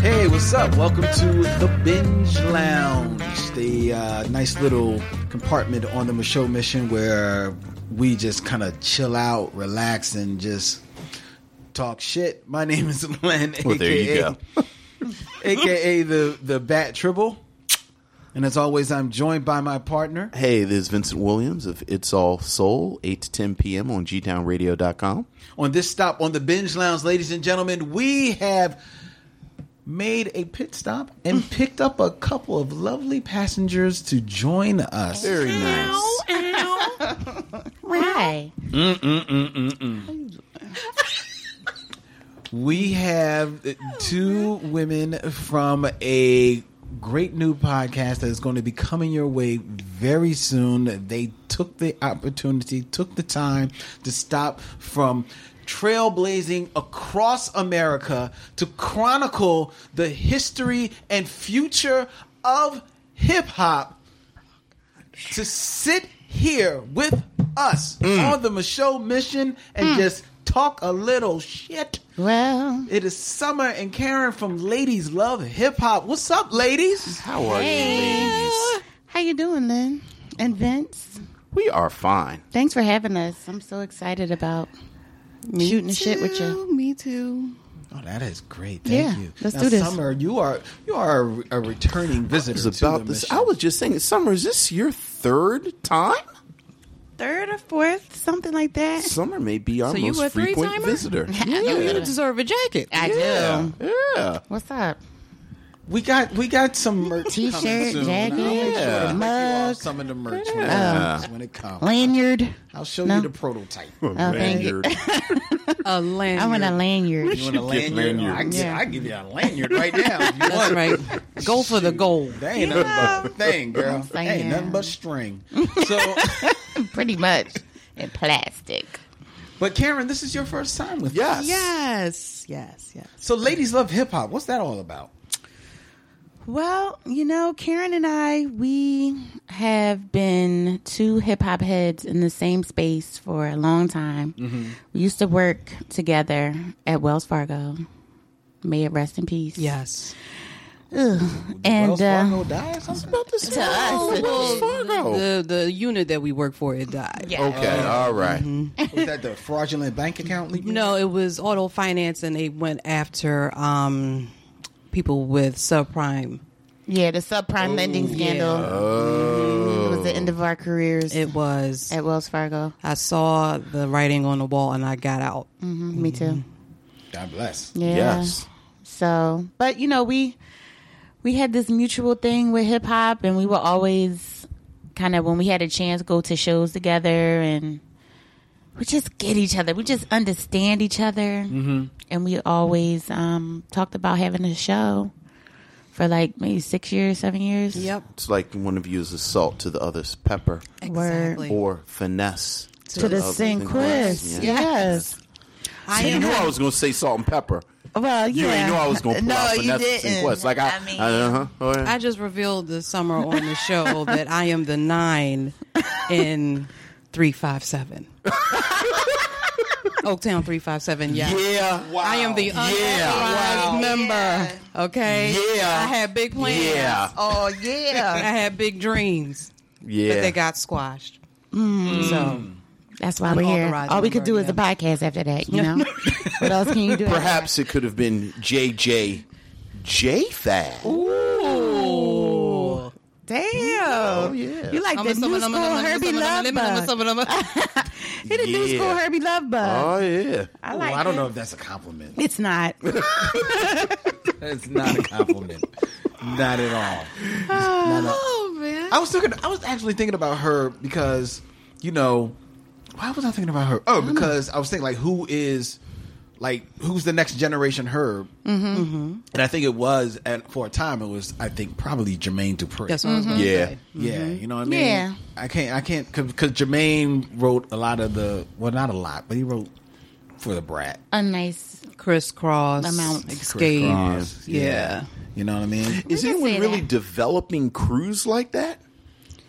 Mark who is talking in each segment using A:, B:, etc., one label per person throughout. A: Hey, what's up? Welcome to the Binge Lounge, the uh, nice little compartment on the Michelle Mission where we just kind of chill out, relax, and just talk shit. My name is Len,
B: Well, there you
A: aka, aka the the Bat Tribble, and as always, I'm joined by my partner.
B: Hey, this is Vincent Williams of It's All Soul, 8 to 10 p.m. on gtownradio.com.
A: on this stop on the binge lounge, ladies and gentlemen, we have made a pit stop and picked up a couple of lovely passengers to join us.
B: Very nice.
C: Hi.
A: We have two women from a great new podcast that is going to be coming your way very soon. They took the opportunity, took the time to stop from trailblazing across America to chronicle the history and future of hip hop to sit here with us on the Michelle Mission and just talk a little shit.
C: Well,
A: It is Summer and Karen from Ladies Love Hip Hop. What's up, ladies?
B: How are you, ladies?
C: how you doing, Lynn and Vince?
B: We are fine.
C: Thanks for having us. I'm so excited about shooting the shit with you.
D: Me too.
A: Oh, that is great. Thank
C: Yeah,
A: you.
C: let's
A: Now,
C: do this.
A: Summer, you are you are a, a returning
B: It's
A: visitor. to
B: about
A: the
B: this.
A: mission.
B: I was just saying, Summer, is this your third time?
C: Third or fourth, something like that.
B: Summer may be our
D: So you
B: most
D: a three-timer?
B: frequent visitor.
D: You deserve a jacket.
C: I
B: yeah.
C: do.
B: yeah.
C: What's up?
A: we got we got some merch. coming
C: T-shirt,
A: soon.
C: jacket,
A: I'll make sure to
B: Yeah.
A: make you all
C: mug.
A: some of the merch when, it comes, when it comes.
C: Lanyard.
A: I'll show
C: Oh. No.
A: you the prototype.
C: Oh, thank you.
B: Lanyard.
D: A lanyard.
C: I want a lanyard.
A: You want a
B: get
A: lanyard?
B: lanyard.
A: I can,
C: Yeah.
A: I can give you a lanyard right now. if you
D: That's
A: want.
D: right. Go for the gold.
A: That ain't nothing but thing, girl. That ain't
C: saying.
A: nothing but string. So,
C: Pretty much. In plastic.
A: but Karen, this is your first time with us.
B: Yes.
D: Yes, yes, yes.
A: So, ladies love hip hop. What's that all about?
C: Well, you know, Karen and I, we have been two hip hop heads in the same space for a long time. We used to work together at Wells Fargo. May it rest in peace.
D: Yes.
C: Ugh. And
A: Wells
C: uh,
A: Fargo die or something?
B: About this
C: to us,
B: Wells Fargo.
D: The the unit that we work for it died.
C: yeah. Mm-hmm.
B: Okay, all right.
A: Was that the fraudulent bank account leak?
D: No, it was auto finance and they went after um people with subprime.
C: yeah, the subprime lending scandal. Mhm. It was the end of our careers
D: It was
C: at Wells Fargo.
D: I saw the writing on the wall and I got out.
C: Mhm, Me too.
A: God bless.
C: Yeah.
B: Yes.
C: So, but you know, we we had this mutual thing with hip hop, and we were always kind of when we had a chance go to shows together, and we just get each other. We just understand each other, mm-hmm. and we always um, talked about having a show for like maybe six years, seven years.
D: Yep.
B: It's like one of you is salt to the other's pepper
D: Exactly.
B: or finesse.
C: To, the
B: other
C: St.
B: finesse.
C: Chris,
B: Yeah.
C: yes.
D: I
B: You
D: am
B: knew I was going to say salt and pepper.
C: Well,
B: You
C: yeah.
B: already knew I was going to pull
C: no,
B: out
C: you
B: finesse and
C: didn't.
B: quest. Like I,
C: I mean,
B: uh-huh. Oh, yeah.
D: I just revealed this summer on the show that I am the nine in three five seven. Oaktown three five seven. Yeah.
B: yeah.
D: I am the unauthorized member. Okay.
B: Yeah.
D: I had big plans.
B: Yeah.
C: oh yeah.
D: I had big dreams,
B: Yeah.
D: but they got squashed. Mm. So
C: That's why we're here.
D: Unauthorized
C: All we could do is
D: member,
C: a podcast after that, you know? what else can you do?
B: Perhaps it could have been JJ J Fad.
C: Damn. Oh,
B: yeah.
C: You like the
D: I'ma
C: new
D: summon, I'ma
C: school
D: summon, I'ma
C: Herbie
D: summon,
C: Love
D: I'ma
C: Bug.
D: summon, I'ma summon, I'ma-
C: He the new
B: Yeah.
C: school Herbie Love Bug.
B: Oh yeah.
C: I
A: Ooh,
C: like
A: I don't
C: it.
A: know if that's a compliment.
C: It's not.
A: It's not a compliment. not at all. Not at all.
C: oh,
A: I was thinking. I was actually thinking about her because you know why was I thinking about her? Oh, because I was thinking like who is like who's the next generation her? Mm-hmm. And I think it was at, for a time it was I think probably Jermaine Dupri.
D: That's what I was going to
B: Yeah.
D: say.
A: Yeah, you know what I mean.
C: Yeah.
A: I can't. I can't because Jermaine wrote a lot of the well, not a lot, but he wrote for the brat.
C: a nice.
D: Crisscross,
C: Amount.
D: Escape.
A: Crisscross,
D: Yeah.
A: You know what I mean?
B: Is
C: can
B: anyone
C: say
B: really
C: that.
B: developing crews like that?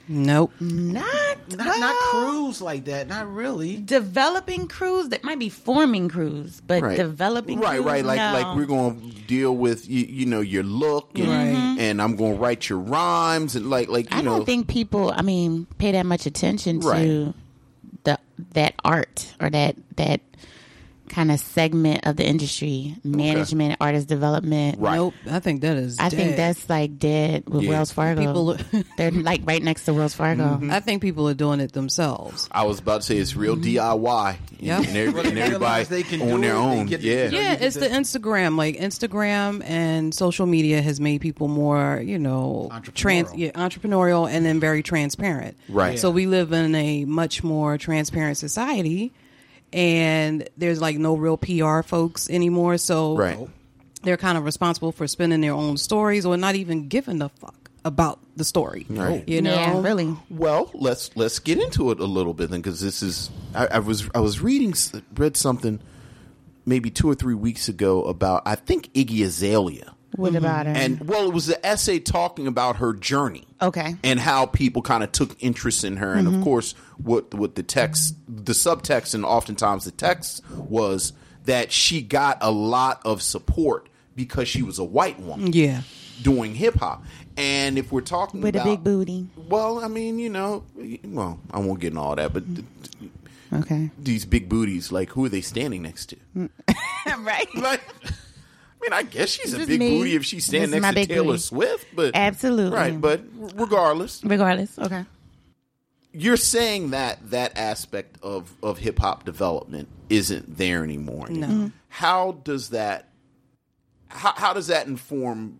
D: Nope.
C: Not
A: Not, not
C: well,
A: crews like that. Not really.
C: Developing crews that might be forming crews, but
B: Right.
C: developing
B: Right,
C: crews,
B: right. Like,
C: no.
B: like we're going to deal with you, you know your look, and,
D: Right.
B: and I'm going to write your rhymes, and like, like you
C: Mm-hmm. I
B: know,
C: don't think people, I mean, pay that much attention
B: Right.
C: to the that art or that that kind of segment of the industry, management, artist development.
B: Right.
D: Nope. I think that is.
C: I think
D: dead.
C: that's like dead with
B: Yeah. Mm-hmm.
C: Wells Fargo.
D: People-
C: They're like right next to Wells Fargo.
D: I think people are doing it themselves.
B: I was about to say it's real
C: Mm-hmm.
B: DIY, and,
D: Yeah.
B: and, every-
A: Well, they
B: and
A: realize they can
B: everybody
A: do it,
B: on their
A: they
B: own.
A: get-
B: yeah,
A: you
D: Yeah,
A: get
D: it's the
A: the-
D: Instagram. Like Instagram and social media has made people more, you know, trans,
A: Entrepreneurial.
D: yeah, entrepreneurial and then very transparent.
B: Right. Yeah.
D: So we live in a much more transparent society, and there's like no real PR folks anymore. So
B: right.
D: they're kind of responsible for spinning their own stories or not even giving a fuck about the story.
B: Right.
D: You know,
C: yeah, really.
B: Well, let's let's get into it a little bit then, because this is I, I was I was reading s- read something maybe two or three weeks ago about I think Iggy Azalea,
C: What about her?
B: Mm-hmm. and well, it was an essay talking about her journey,
C: Mm-hmm. Okay. Mm-hmm.
B: and how people kind of took interest in her, and of course, what what the text, the subtext, and oftentimes the text was that she got a lot of support because she was a white woman
D: Yeah.
B: doing hip hop. And if we're talking
C: With a
B: about-
C: big booty.
B: well, I mean, you know, well, I won't get into all that, but th- th-
C: okay.
B: these big booties, like, who are they standing next to?
C: right.
B: Like, I mean, I guess she's
C: This
B: a
C: is
B: big
C: me.
B: booty if she's standing
C: This is my
B: next to
C: big
B: Taylor
C: booty.
B: Swift, but
C: Absolutely.
B: right. But r- regardless,
C: Regardless. Okay.
B: you're saying that that aspect of of hip hop development isn't there anymore. Mm-hmm.
D: No.
B: How does that how, how does that inform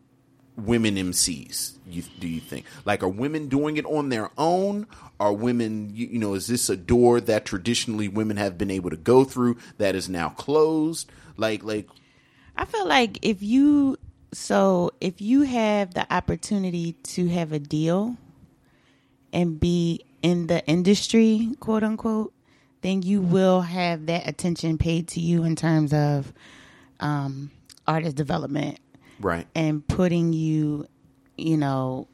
B: women MCs? You, do you think like are women doing it on their own? Are women you, you know is this a door that traditionally women have been able to go through that is now closed? Like like
C: I feel like if you so if you have the opportunity to have a deal and be in the industry, quote unquote, then you will have that attention paid to you in terms of um, artist development
B: right
C: and putting you, you know,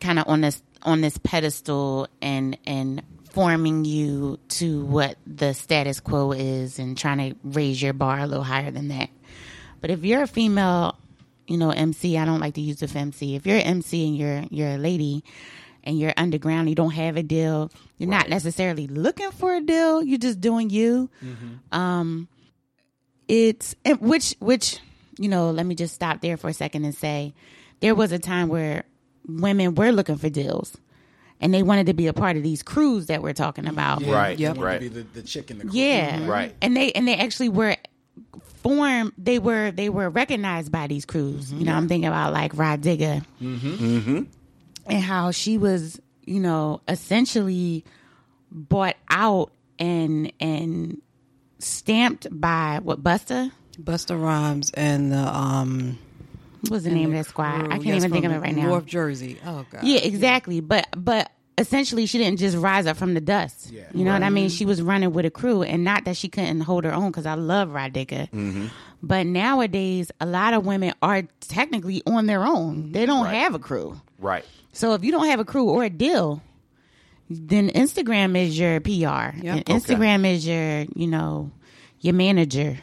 C: kind of on this on this pedestal and and forming you to what the status quo is and trying to raise your bar a little higher than that. But if you're a female, you know, MC, I don't like to use the fem MC. If you're an MC and you're you're a lady and you're underground, you don't have a deal, you're not necessarily looking for a deal, you're just doing you it's and which which you know let me just stop there for a second and say there was a time where women were looking for deals and they wanted to be a part of these crews that we're talking about
B: right
D: Yep.
B: right
A: Be the, the chick in the
C: yeah
B: Right.
C: and they and they actually were form they were they were recognized by these crews you know i'm thinking about like rod digger mm-hmm. and how she was you know essentially bought out and and stamped by what busta
D: Busta Rhymes and the um
C: What was the name of that squad? I can't even think of it right now.
D: North Jersey. Oh god.
C: yeah, exactly. But but essentially, she didn't just rise up from the dust. you know what I mean? She was running with a crew, and not that she couldn't hold her own. Because I love Rod Digger.
B: Mm-hmm.
C: But nowadays, a lot of women are technically on their own. They don't have a crew.
B: right
C: So if you don't have a crew or a deal, then Instagram is your PR. And Instagram is your you know your manager.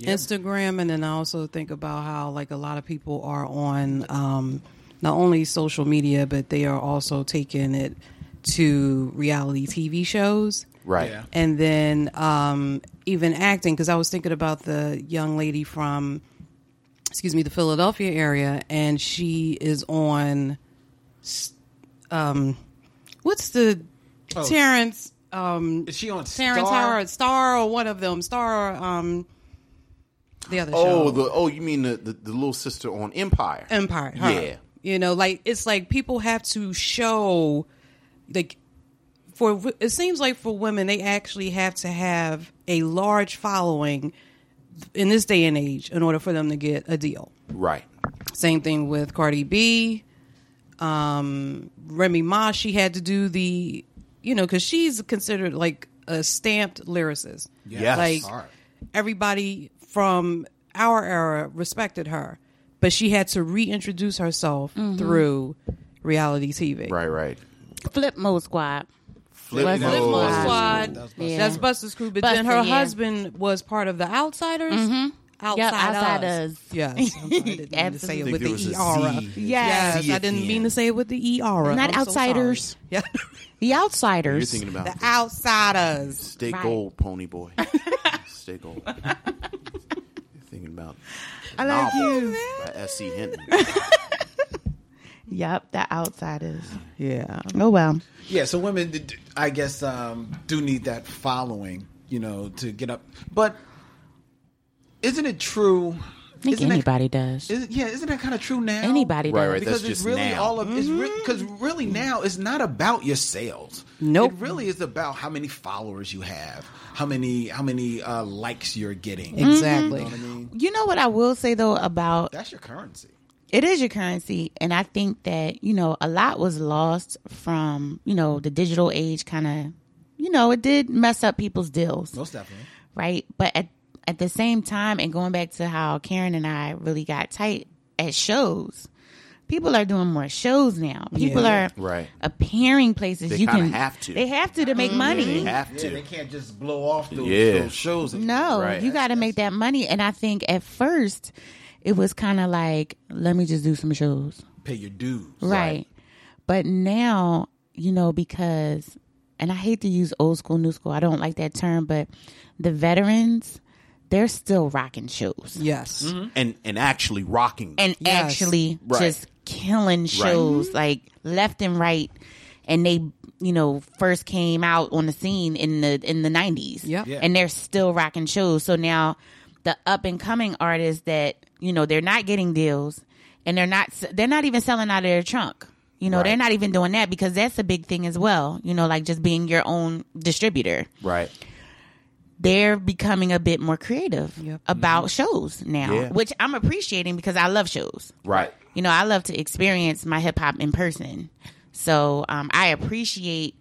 D: Instagram, and then I also think about how like a lot of people are on um, not only social media, but they are also taking it to reality TV shows,
B: right
A: Yeah.
D: and then um, even acting. Because I was thinking about the young lady from, excuse me, the Philadelphia area, and she is on, s- um, what's the Terrence? Um,
A: Is she on
D: Terrence
A: Star?
D: Howard, Star, or one of them, Star, or, um, the other show.
B: oh the oh you mean the, the the little sister on Empire
D: Empire.
B: yeah
D: You know, like it's like people have to show like for it seems like for women they actually have to have a large following in this day and age in order for them to get a deal.
B: Right.
D: Same thing with Cardi B. Um, Remy Ma, she had to do the, you know, because she's considered like a stamped lyricist.
B: Yes.
D: Like everybody from our era respected her, but she had to reintroduce herself
C: Mm-hmm.
D: through reality TV.
B: Right. Right.
C: Flip mode squad.
B: Flip
C: Was it
B: mode.
C: Flip Mode
D: Squad.
A: That was
C: Yeah.
D: That's Buster's crew. But then
C: Busta,
D: her
C: yeah. Mm-hmm.
D: husband was part of the Outsiders. Outside,
C: Yep, Outside
D: Us.
C: Us.
D: Yes. I'm sorry, I didn't mean
B: I
D: to say it
B: think
D: with
B: there
D: the ER.
C: E
B: was a Z.
D: Yes,
B: See
D: I
B: at the
D: didn't mean
B: end.
D: to say it with the ER.
C: Not
D: I'm so
C: outsiders.
D: sorry. yeah,
C: The
B: You're
C: Outsiders.
B: thinking about
D: the outsiders.
B: Stay
C: Right.
B: gold, pony boy. Stay gold. You're thinking about
C: I like you.
B: by S.C. Hinton.
C: Yep, the Outsiders.
D: Yeah,
C: Oh well.
A: Yeah, so women, d- d- I guess, um, do need that following, you know, to get up. But isn't it true?
C: I think
A: isn't
C: anybody does.
A: That, is, yeah, isn't that kind of true now?
C: Anybody
B: Right,
C: does.
B: right.
A: Because
B: That's
A: it's
B: just
A: really
B: now.
A: all of it's
C: Mm.
A: because really now it's not about your sales.
D: Nope.
A: it really is about how many followers you have, how many how many uh, likes you're getting.
C: Mm-hmm. Mm.
D: exactly.
C: You know what I will say though about
A: That's your currency.
C: it is your currency and i think that you know a lot was lost from you know the digital age kind of you know it did mess up people's deals
A: Most definitely.
C: right but at, at the same time and going back to how karen and i really got tight at shows people are doing more shows now people
D: Yeah.
C: are
B: Right.
C: appearing places
B: They
C: you
B: kinda
C: can
B: have to.
C: they have to to make
B: They
C: money
B: have
A: Yeah,
B: to.
A: they can't just blow off those,
B: Yeah.
A: those shows.
C: No,
B: Right.
C: you got to make that money. And I think at first it was kind of like, let me just do some shows.
A: pay your dues.
C: Right. But now, you know, because, and I hate to use old school, new school, I don't like that term, but the veterans, they're still rocking shows
D: Yes,
B: and and actually rocking.
C: and
D: Yes.
C: actually
B: Right.
C: just killing shows like left and right. And they, you know, first came out on the scene in the in the nineties.
D: Yep. Yeah.
C: And they're still rocking shows. So now the up and coming artists that, you know, they're not getting deals and they're not they're not even selling out of their trunk. You know,
B: Right.
C: they're not even doing that because that's a big thing as well. You know, like just being your own distributor
B: right.
C: they're becoming a bit more creative
D: Yep.
C: about shows now,
B: Mm-hmm. Yeah.
C: which I'm appreciating because I love shows.
B: Right.
C: You know, I love to experience my hip hop in person. So um, I appreciate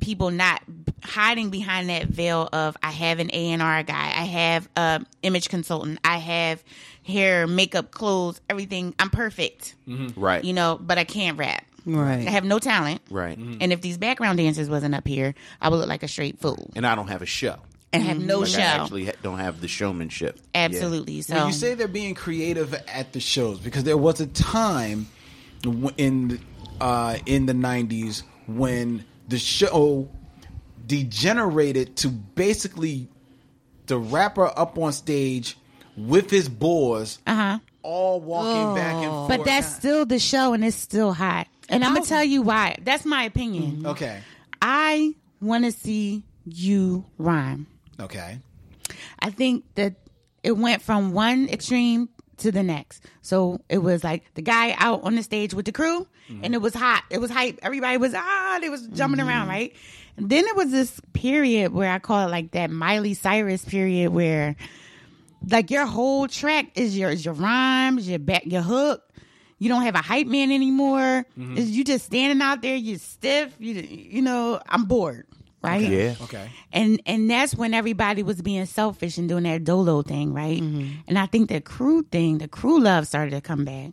C: people not b- hiding behind that veil of I have an A and R guy, I have a image consultant, I have hair, makeup, clothes, everything. I'm perfect,
A: Mm-hmm.
B: Right.
C: you know, but I can't rap. I
D: right.
C: have no talent.
B: right.
A: Mm-hmm.
C: And if these background dancers wasn't up here, I would look like a straight fool
B: And I don't have a show.
C: and have no
B: Like
C: show.
B: I actually ha- don't have the showmanship.
C: Absolutely. So
A: Mm-hmm. When you say they're being creative at the shows, because there was a time w- in uh, in the '90s when the show degenerated to basically the rapper up on stage with his boys, all walking back and forth.
C: Uh-huh. but that's still the show and it's still hot. And I'm gonna tell you why. That's my opinion.
A: okay,
C: I want to see you rhyme.
A: okay,
C: I think that it went from one extreme to the next. So it was like the guy out on the stage with the crew, and it was hot. It was hype. Everybody was ah, they was jumping around, right? And then it was this period where I call it like that Miley Cyrus period, where like your whole track is your is your rhymes, your back, your hook. You don't have a hype man anymore. It's- You just standing out there. You stiff. You you know I'm bored, right?
B: Yeah.
A: okay.
C: and and that's when everybody was being selfish and doing that dolo thing, right? And I think the crew thing, the crew love started to come back,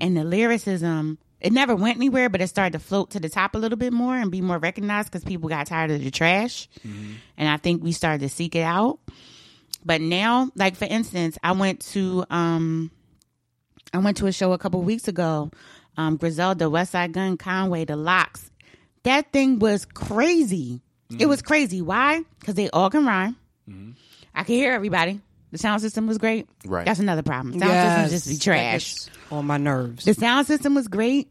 C: and the lyricism it never went anywhere, but it started to float to the top a little bit more and be more recognized because people got tired of the trash, and I think we started to seek it out. But now, like for instance, I went to um, I went to a show a couple weeks ago, um, Griselda, West Side Gun, Conway, The Locks. That thing was crazy. It was crazy. Why? Because they all can rhyme. I could hear everybody. The sound system was great.
B: Right.
C: That's another problem. Sound system just be
D: Like,
C: trash.
D: it's on my nerves.
C: The sound system was great.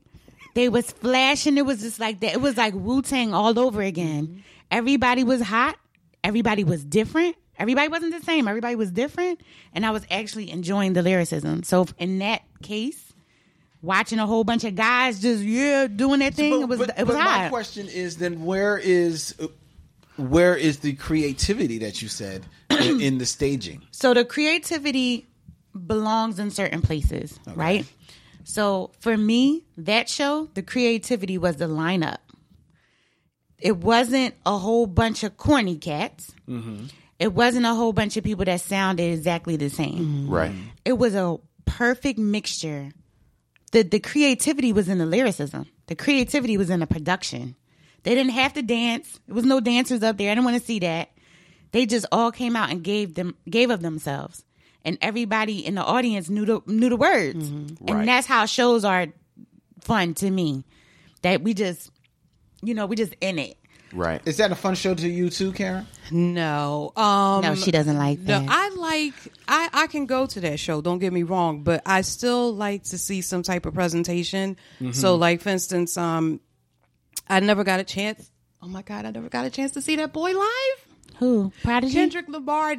C: They was flashing. It was just like that. It was like Wu Tang all over
A: Mm-hmm.
C: again. Everybody was hot. Everybody was different. Everybody wasn't the same. Everybody was different. And I was actually enjoying the lyricism. So in that case, watching a whole bunch of guys just yeah doing their thing.
A: But-
C: it was
A: but-
C: it was
A: but My
C: hot.
A: question is then where is where is the creativity that you said in in the staging?
C: So the creativity belongs in certain places, right? So for me, that show, the creativity was the lineup. It wasn't a whole bunch of corny cats. It wasn't a whole bunch of people that sounded exactly the same.
B: Right.
D: Mm.
C: It was a perfect mixture. The the creativity was in the lyricism. The creativity was in the production. They didn't have to dance. There was no dancers up there. I didn't want to see that. They just all came out and gave them gave of themselves. And everybody in the audience knew the knew the words.
B: Mm-hmm. Right.
C: And that's how shows are fun to me. That we just you know, we just in it.
B: Right.
A: Is that a fun show to you too, Karen?
D: No. Um,
C: No, she doesn't like that.
D: No, I like I I can go to that show. Don't get me wrong, but I still like to see some type of presentation. So, like for instance, um, I never got a chance. Oh my god, I never got a chance to see that boy live.
C: Mm-hmm. Who? Prodigy?
D: Kendrick Lamar.
C: Oh.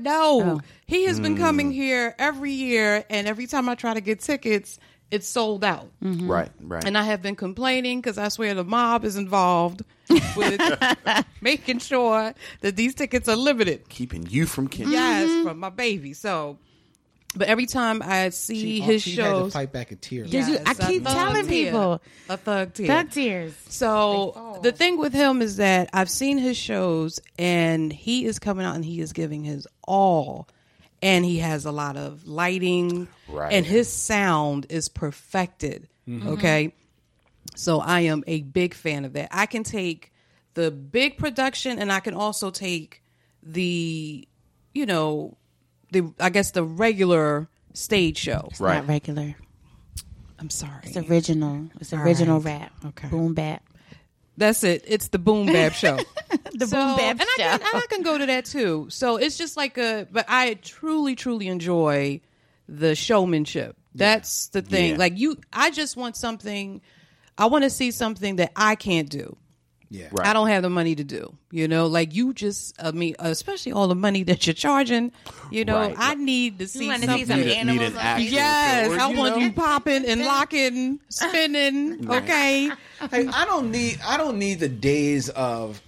D: No, he has been coming here every year, and every time I try to get tickets, it's sold out.
C: Mm.
B: Right. Right.
D: Mm-hmm. And I have been complaining because I swear the mob is involved with making sure that these tickets are limited.
B: Keeping you from
D: Mm-hmm.
B: kids.
D: Yes, from my baby. So, but every time I see his
A: she had to
D: shows,
A: fight back a tear.
C: Did you, I
D: Yes, a
C: keep
D: thug
C: telling
D: tear.
C: people.
D: a thug tear.
C: Thug tears.
D: So the thing with him is that I've seen his shows, and he is coming out and he is giving his all, and he has a lot of lighting,
B: Right.
D: and his sound is perfected. Okay, so I am a big fan of that. I can take the big production, and I can also take the, you know, the I guess the regular stage show.
B: Right.
C: Not regular.
D: I'm sorry,
C: It's original. It's original rap.
D: Okay.
C: Boom bap.
D: that's it. It's the boom bap show.
C: The
D: So- and I can, and I can go to that too. So it's just like a, but I truly, truly enjoy the showmanship. That's the thing.
B: Yeah.
D: Like you, I just want something. I want to see something that I can't do.
A: Yeah.
B: Right.
D: I don't have the money to do. You know, like you just, I mean, especially all the money that you're charging. You know,
B: Right.
D: I need to see
C: wanna see
D: something.
C: some
B: Need, a, need
C: animals
B: an
C: on
B: actual
D: Yes,
B: show, or,
D: I
B: you
D: want
B: know,
D: you popping and locking, spinning. Okay,
A: Hey, I don't need I don't need the days of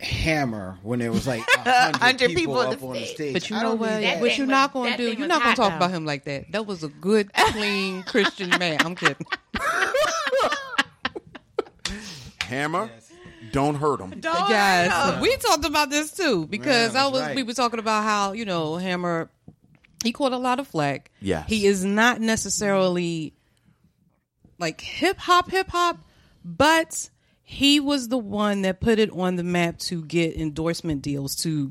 A: Hammer when there was like a hundred
C: 100
A: people,
C: people on
A: up
C: the
A: on the
C: stage.
A: stage.
D: But you
A: I
D: know
A: don't
D: what?
A: need that.
D: What
C: thing
D: you're
C: was-
D: not going to
C: that
D: do?
C: thing was
D: You're not going to
C: hot,
D: talk
C: though.
D: about him like that. That was a good, clean Christian man. I'm kidding.
B: hammer. Don't hurt them.
D: yes, we talked about this too because
A: Yeah,
D: I was.
A: that's right.
D: We were talking about how you know Hammer. He caught a lot of flack.
B: Yes.
D: he is not necessarily like hip hop, hip hop, but he was the one that put it on the map to get endorsement deals to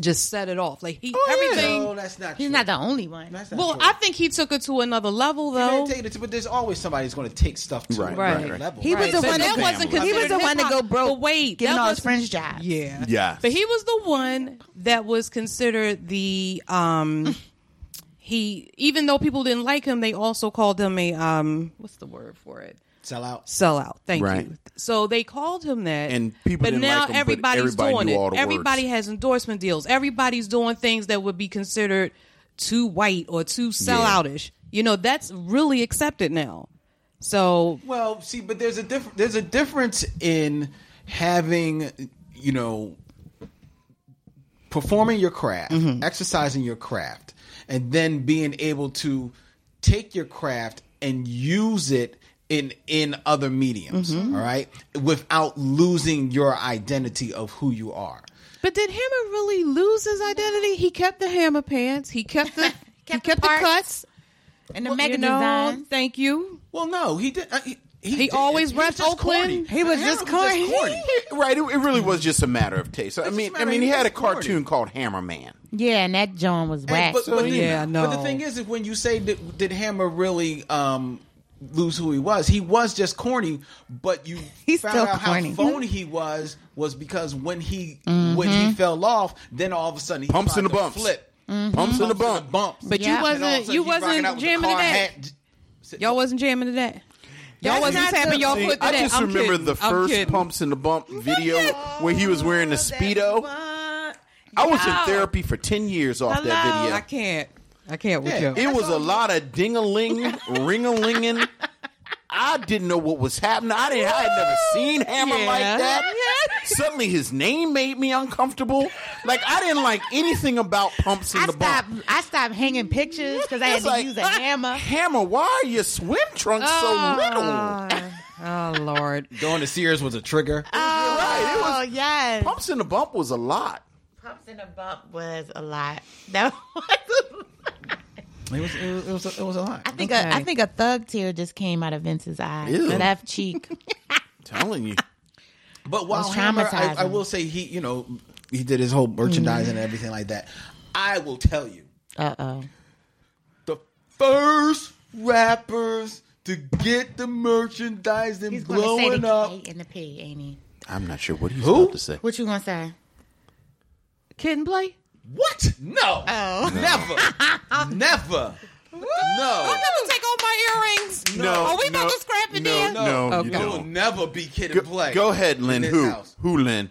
D: just set it off. Like he everything.
A: No, that's not.
C: He's
A: true.
C: not the only one.
A: That's not
D: Well,
A: true.
D: I think he took it to another level
A: You
D: though.
A: can't take it to- but there's always somebody who's going to take stuff to
B: Right,
A: another
D: right, right.
A: level.
C: He was the
D: But
C: one
D: that
C: that
D: wasn't
C: He was the
D: considered
C: one to go
D: hip-hop.
C: broke.
D: But wait,
C: Getting
D: that
C: all his
D: was-
C: friends jobs.
D: Yeah.
B: Yes.
D: But he was the one that was considered the um he even though people didn't like him, they also called him a um what's the word for it?
A: Sell out.
D: Sellout. Thank
B: Right.
D: you. So they called him that.
B: And people
D: but
B: didn't
D: now
B: like him, but
D: everybody's
B: everybody
D: doing
B: knew
D: it.
B: all the
D: everybody
B: words.
D: has endorsement deals. Everybody's doing things that would be considered too white or too selloutish. You know, that's really accepted now. So
A: Well, see, but there's a different there's a difference in having you know performing your craft,
D: Mm-hmm.
A: exercising your craft, and then being able to take your craft and use it in in other mediums,
D: Mm-hmm.
A: all right, without losing your identity of who you are.
D: But did Hammer really lose his identity? He kept the hammer pants. He kept the he
C: Kept the
D: kept the,
C: parts.
D: cuts.
C: And the
D: Well,
C: mega
D: you know,
C: design.
D: Thank you.
A: Well, no, he did. Uh, he he, did-
D: always
A: he was
D: repped
A: just
D: Oakland.
A: corny.
D: He was
A: Hammer
D: just corny.
B: Right. It, it really
D: Mm-hmm.
B: was just a matter of taste. I
A: It's
B: mean,
A: just a
B: I
A: matter
B: mean,
A: of
B: he had a
A: taste, Gordon.
B: cartoon called Hammer Man.
C: Yeah, and that John was
A: Hey,
C: whack.
A: but, but,
B: So,
A: you
D: yeah,
A: know, but the
D: no.
A: thing is, if when you say did, did Hammer really um, lose who he was, he was just corny. But you
C: He's
A: found
C: still
A: out
C: corny.
A: how phony he was was because when he when
C: Mm-hmm.
A: he fell off, then all of a sudden he
B: Pumps
A: tried
B: and the
A: to
B: bumps.
A: flip,
D: Mm-hmm.
B: Pumps in the
A: and
B: bump.
A: bumps.
D: But
C: Yeah.
A: And
D: you
A: all of a
D: wasn't
A: sudden
D: you
A: he's rocking out
D: wasn't
A: with the
D: jamming to
A: car
D: that.
A: hat.
D: Y'all wasn't jamming to that. Y'all wasn't
C: not
D: tapping
C: the-
D: y'all
B: See,
D: foot to
B: I
D: that.
B: just
D: I'm
B: remember
D: kidding.
B: the
D: I'm
B: first
D: kidding. Oh,
B: Pumps in the Bump video where he was wearing a Speedo.
C: Uh,
B: I was in therapy for 10 years off that video.
D: I can't. I can't with
A: Yeah.
D: you.
B: It was a lot of ding a ling, ring a linging, I didn't know what was happening. I didn't. I had never seen Hammer
D: Yeah.
B: like that. Suddenly, his name made me uncomfortable. Like I didn't like anything about pumps in
C: I
B: the
C: stopped.
B: bump.
C: I stopped hanging pictures because I had
B: It's
C: to
B: like, "Ah,
C: use a hammer.
B: Hammer, why are your swim trunks so little?
D: Oh Lord.
A: Going to Sears was a trigger.
C: Uh,
B: You're right. It
C: Oh
B: was
C: yes,
B: pumps in the bump was a lot.
C: pumps in a bump was a lot. That was.
A: It was, it was, it was, a, it was a lot.
C: I think
D: Okay.
C: a, I think a thug tear just came out of Vince's eye,
B: Ew.
C: left cheek.
B: telling you.
A: But while
C: was
A: Hammer, I, I
C: traumatizing. Mm-hmm.
A: will say he, you know, he did his whole merchandising and everything like that. I will tell you,
C: Uh oh.
A: the first rappers to get the merchandising
C: He's gonna say
A: blowing
C: the
A: up.
C: K and the P, ain't he?
B: I'm not sure what he's
A: Who?
B: about to say.
C: What you gonna say?
D: Kid and play?
A: What? No,
D: Oh.
A: never, never. No,
D: gonna take all my earrings.
B: No,
D: Are we about
B: no,
D: to scrap
B: no,
D: a deal?
B: No,
D: Okay.
B: you
A: it will
B: don't.
A: never be kid
B: Go,
A: and play.
B: go ahead, Lynn.
A: in this
B: Who?
A: house.
B: Who, Lynn?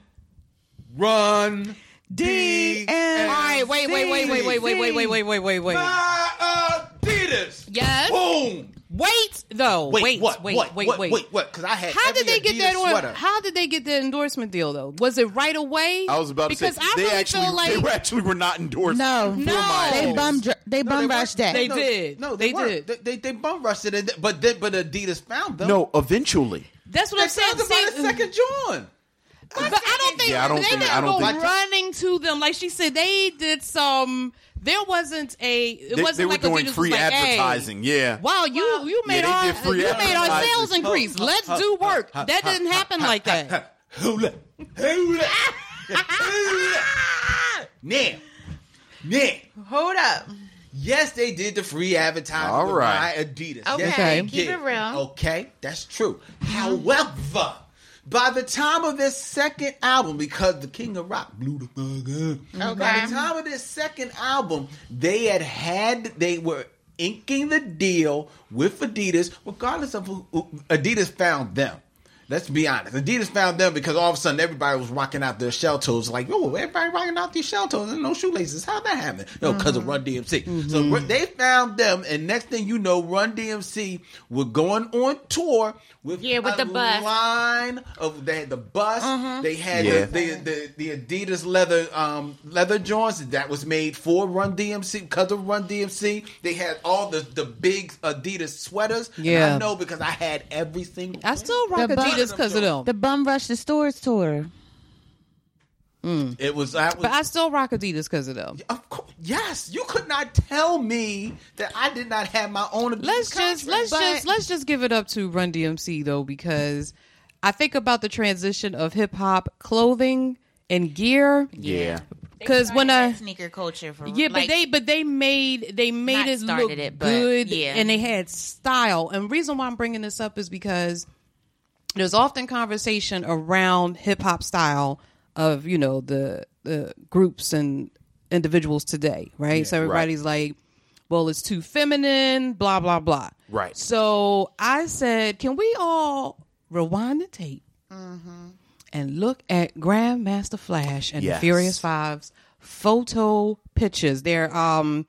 A: Run.
D: D and all right. Wait, wait, wait, wait, wait, wait, wait, wait, wait, wait, wait, wait.
A: My Adidas.
D: Yes.
A: Boom.
D: Wait though. Wait, wait,
A: what?
D: wait,
A: what?
D: wait,
A: what?
D: wait.
A: Wait, what? Because I had
D: How
A: every
D: did they get
A: Adidas
D: that?
A: sweater.
D: Or, how did they get that endorsement deal though? Was it right away?
B: I was about
D: because
B: to say
D: I
B: they
D: really
B: actually
D: feel like
B: they were actually were not endorsed.
C: No,
D: No.
C: They bum dr- they
A: No, they
C: bum rushed
A: weren't.
C: that.
D: They
A: No,
D: did.
A: No, they,
D: They
A: did.
D: did.
A: They, they, they bum rushed it, and th- but then, but Adidas found them.
B: no. Eventually,
D: that's what
A: they
D: I'm saying.
A: found them by
D: See,
A: the second John.
D: But I don't think
B: Yeah, I don't
D: they
B: think-
D: didn't
B: I don't
D: go
B: think-
D: running to them. Like she said, they did some. There wasn't a. It
B: They-
D: wasn't
B: they were
D: like
B: doing
D: Adidas was
B: free
D: like, hey,
B: advertising, yeah.
D: Wow, you you made
B: they
D: our
B: did free
D: you made our
B: advertising.
D: sales increase. Let's do work. That didn't happen like that.
A: Hula, hula, hula. Now, now,
C: Hold up.
A: yes, they did the free advertising
B: All
A: with
B: right.
A: my Adidas.
C: Okay,
A: Yes, they
C: keep
A: did.
C: it real.
A: Okay, that's true. However. By the time of this second album, because the King of Rock blew the fuck up. By
C: Okay.
A: the time of this second album, they had had they were inking the deal with Adidas, regardless of who, who Adidas found them. Let's be honest. Adidas found them because all of a sudden everybody was rocking out their shell toes. Like, yo, everybody rocking out these shell toes and no shoelaces. How'd that happen? No, because
C: Mm-hmm.
A: of Run DMC. So Run- they found them, and next thing you know, Run DMC were going on tour with
C: Yeah, with
A: a
C: the bus. Uh-huh.
A: line of they had the bus. They had
B: Yeah.
A: the, the, the the Adidas leather um leather joints that was made for Run DMC because of Run DMC. They had all the the big Adidas sweaters. And
D: Yeah.
A: I know because I had everything.
D: I still rock
C: The bu-
D: Adidas because of them.
C: The bum rush the stores tour.
A: It was that was.
D: But I still rock Adidas because of them.
A: of course, yes, you could not tell me that I did not have my own. Adidas
D: Let's just let's
A: contract.
D: just let's just give it up to Run DMC though because I think about the transition of hip hop clothing and gear
B: yeah.
D: because when I
C: sneaker culture for
D: yeah, but they but they made they made
C: Not
D: it look
C: started it, but
D: good,
C: yeah.
D: and they had style. And reason why I'm bringing this up is because there's often conversation around hip hop style of you know the the groups and individuals today, right? so everybody's like, well, it's too feminine, blah blah blah.
B: Right.
D: So I said, can we all rewind the tape? and look at Grandmaster Flash and
B: Yes.
D: the Furious Five's photo pictures. They're um,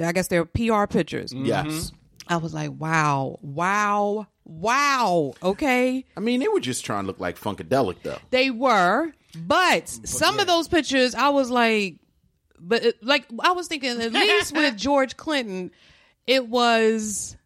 D: I guess they're PR pictures.
B: Yes.
D: I was like, wow, wow, wow. Okay,
B: I mean, they were just trying to look like Funkadelic, though.
D: they were, but some of those pictures, I was like, but it, like I was thinking, at least with George Clinton, it was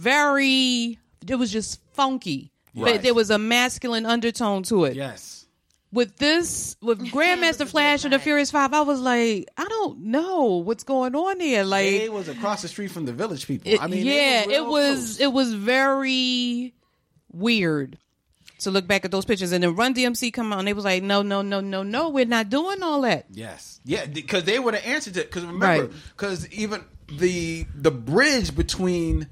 D: very, it was just funky.
B: Right.
D: But there was a masculine undertone to it.
A: yes.
D: with this with Grandmaster Flash and the Furious Five, I was like, I don't know what's going on here. Like,
A: It was across the street from the village people.
D: it-
A: I mean,
D: yeah,
A: they were
D: it
A: real
D: was it was very weird to look back at those pictures. And then Run DMC come out and they was like, no, no, no, no, no, we're not doing all that.
A: Yes. Yeah, because they were the answer to because remember
D: Right.
A: because even the the bridge between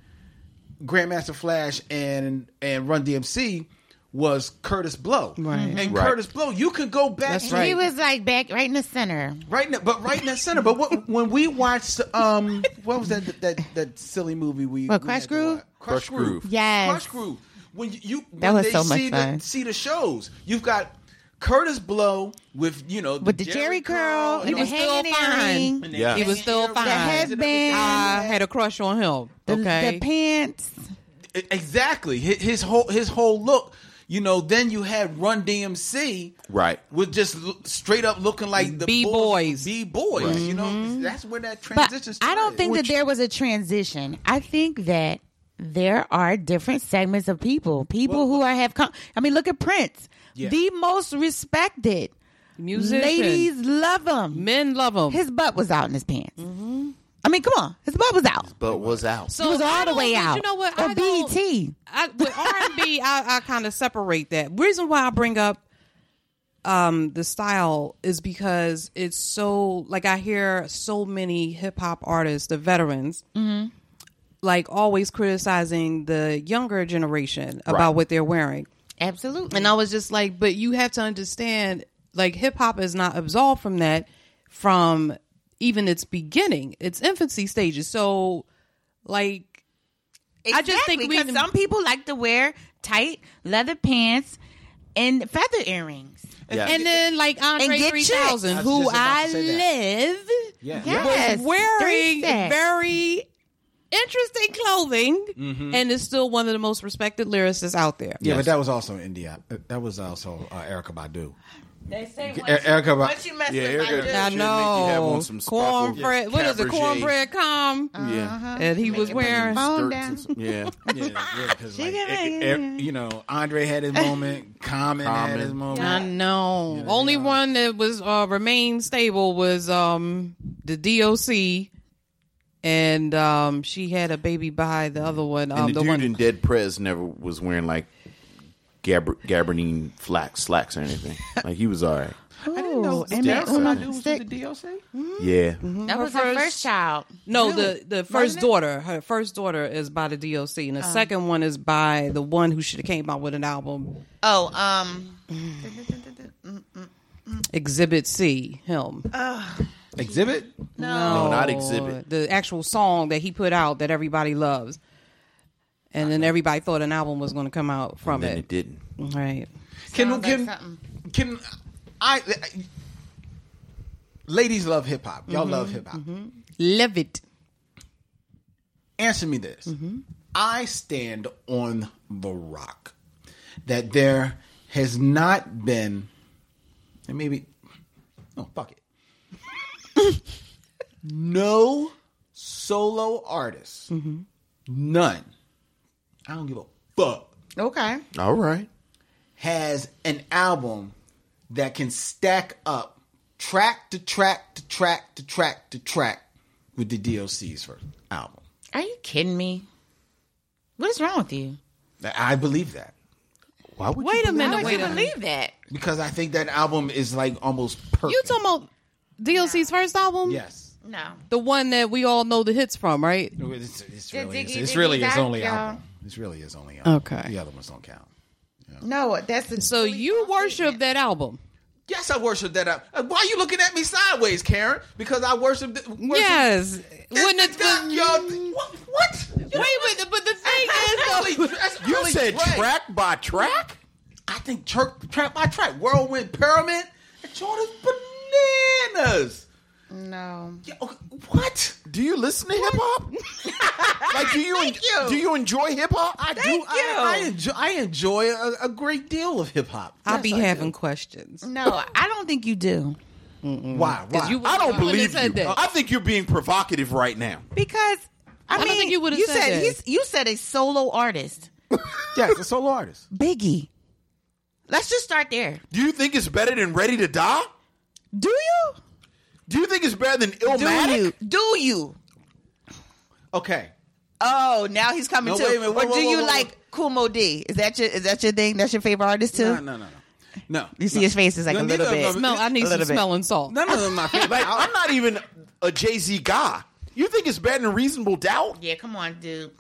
A: Grandmaster Flash and and Run DMC was Curtis Blow. Right. And
B: Right.
A: Curtis Blow, you could go back
D: That's
A: to-
D: right.
C: he was like back right in the center.
A: right now, but right in that center. But what, when we watched um what was that that that silly movie we
C: What,
A: we
C: Crush
A: had to
C: Groove?
A: watch?
B: Crush Groove.
C: Yes.
A: Crush Groove. When you, you
C: That
A: when
C: was
A: they
C: so much
A: see
C: fun.
A: The, see the shows. You've got Curtis Blow with you know
C: With the jerry curl and
A: you know,
C: the
D: was still
C: hanging
D: fine.
C: earring,
A: and the
B: Yeah.
D: He was still
A: hanging
D: fine.
A: earrings and
C: The
A: everything.
C: headband.
D: I had a crush on him.
C: the,
D: Okay,
C: the pants.
A: E, Exactly. Hi- His whole his whole look. You know, then you had Run DMC,
B: Right.
A: With just l- straight up looking like the
D: B-boys.
A: B boys. You know, that's where that
C: Mm-hmm. But
A: transition.
C: I don't
A: started.
C: think that there was a transition. I think that there are different segments of people. People who are have come. I mean, look at Prince,
A: Yeah.
C: the most respected.
D: Musician.
C: Ladies love him.
D: men love them.
C: His butt was out in his pants. I mean, come on, his butt was out.
B: But was out.
D: so
C: it was
D: I
C: all the
D: don't-
C: way
D: but
C: out. E
D: You know what?
C: Or
D: I don't-
C: BET.
D: I, with R and B, I, I kind of separate that. Reason why I bring up um the style is because it's so like I hear so many hip hop artists, the veterans, like always criticizing the younger generation about what they're wearing.
C: Absolutely.
D: And I was just like, but you have to understand, like, hip hop is not absolved from that from even its beginning, its infancy stages. So, like, I just think we-
C: Exactly, 'cause some people like to wear tight leather pants and feather earrings.
B: Yeah.
D: and then like Andre
C: And get
D: 3000,
C: chicks.
D: who
A: just about
D: I
A: to say that.
D: live,
A: Yeah.
C: Yes,
D: was wearing
C: threesets.
D: very interesting clothing
B: Mm-hmm.
D: and is still one of the most respected lyricists out there.
A: Yeah, but that was also India. Uh, That was also uh, Erica Badu.
C: They say
A: E- Erica Badu.
C: you mess
B: Yeah, Erica-
C: up, I
B: She'll
D: I
B: make you have
D: know.
B: on some sparkle
D: Cornbread. What is it?
B: Cabergé.
D: Cornbread com.
C: Uh-huh.
B: Yeah.
D: And he was wearing.
C: Phone
B: Skirts and
C: down.
B: some- yeah.
A: Yeah, yeah, because like,
C: got
A: e-
C: it,
A: e- you know, Andre had his moment, Common, had
B: Common.
A: his moment.
D: I know. Only one that was uh, remained stable was um the DOC, and um she had a baby by the other one. Um,
B: And
D: the,
B: the, dude
D: one
B: in Dead Prez never was wearing like gab- gabardine flax slacks or anything. like he was all right.
A: I didn't know
C: and that
A: Erica
C: Una
A: Badu was
C: stick.
A: with the DOC.
C: Mm-hmm.
B: Yeah.
C: That was her first child.
D: no the the first daughter. Her first daughter is by the DOC, and the second one is by the one who should have came out with an album,
C: Oh, um,
D: Exhibit C. Him.
A: Exhibit.
B: No, not
D: Oh,
B: exhibit.
D: The actual song that he put out that everybody loves. And then everybody thought an album was going to come out from
B: Then it
D: it.
B: didn't.
D: Right.
A: Can
C: Sounds like
A: can
C: something.
A: can I? I- Ladies love hip hop. Y'all love
C: Mm-hmm.
A: hip hop.
D: Live it.
A: Answer me this. I stand on the rock that there has not been, and maybe, oh, fuck it. no solo artist. None. I don't give a fuck.
C: okay.
B: All right.
A: has an album that can stack up track to track to track to track to track with the DOC's first album.
C: Are you kidding me? What is wrong with you?
A: I I believe that
B: Why would
D: Wait
B: you
D: a
B: do
D: minute.
C: Why would
D: Wait
C: you
D: a minute.
C: believe that?
A: because I think that album is like almost perfect.
D: You talking about DLC's first album?
A: yes.
C: No.
D: The one that we all know the hits from, right?
A: It's, it's
C: The
A: really, it's,
C: Diggy
A: it's really
C: Diggy
A: his
C: Doc,
A: only
C: y'all.
A: album. It's really his only album.
D: Okay.
A: The other ones don't count.
C: No, that's a
D: So you worship that album.
A: Yes, I worship that album. Uh, Why are you looking at me sideways, Karen? Because I worship. The, worship
D: Yes. When
A: it's
D: it's
A: the Doc, y'all. What? what?
D: Wait, wait, but the thing is, though,
B: You said track by track?
A: I think tr- track by track, whirlwind pyramid. That joint is bananas.
C: No.
A: Yo, okay, what?
B: Do you listen to hip hop? like do you, en-
A: you.
B: do you enjoy hip hop? I
A: Dude, I, I enjoy, I enjoy a, a great deal of hip hop.
B: Mm.
D: I'll be having questions.
C: No, I don't think you do.
A: Why? Why?
D: you-
B: I don't
D: When they
B: believe you.
D: said that.
B: I think you're being provocative right now.
C: Because I,
D: don't
C: mean,
D: think you would've said
C: said
D: that.
C: he's- you said a solo artist,
A: yes, a solo artist.
C: Biggie. Let's just start there.
B: Do you think it's better than Ready to Die?
C: Do you?
B: Do you think it's better than
C: Do
B: Illmatic?
C: you? Do you?
A: Okay.
C: Oh, now he's coming
A: No,
C: too.
A: wait a minute. Whoa,
C: or
A: whoa,
C: do
A: whoa,
C: you
A: whoa, whoa.
C: like Kumo D? Is that your is that your thing? That's your favorite artist too?
A: No, no, no, no. No.
C: You see
A: no.
C: his face is like
A: No,
C: a
A: neither
C: little
A: of
C: bit.
A: them-
D: Smell, I need
C: A
D: some
C: little bit.
D: smelling salt.
A: None of them are my favorite.
B: Like I'm not even a Jay Z guy. You think it's better than Reasonable Doubt?
C: Yeah, come on, dude.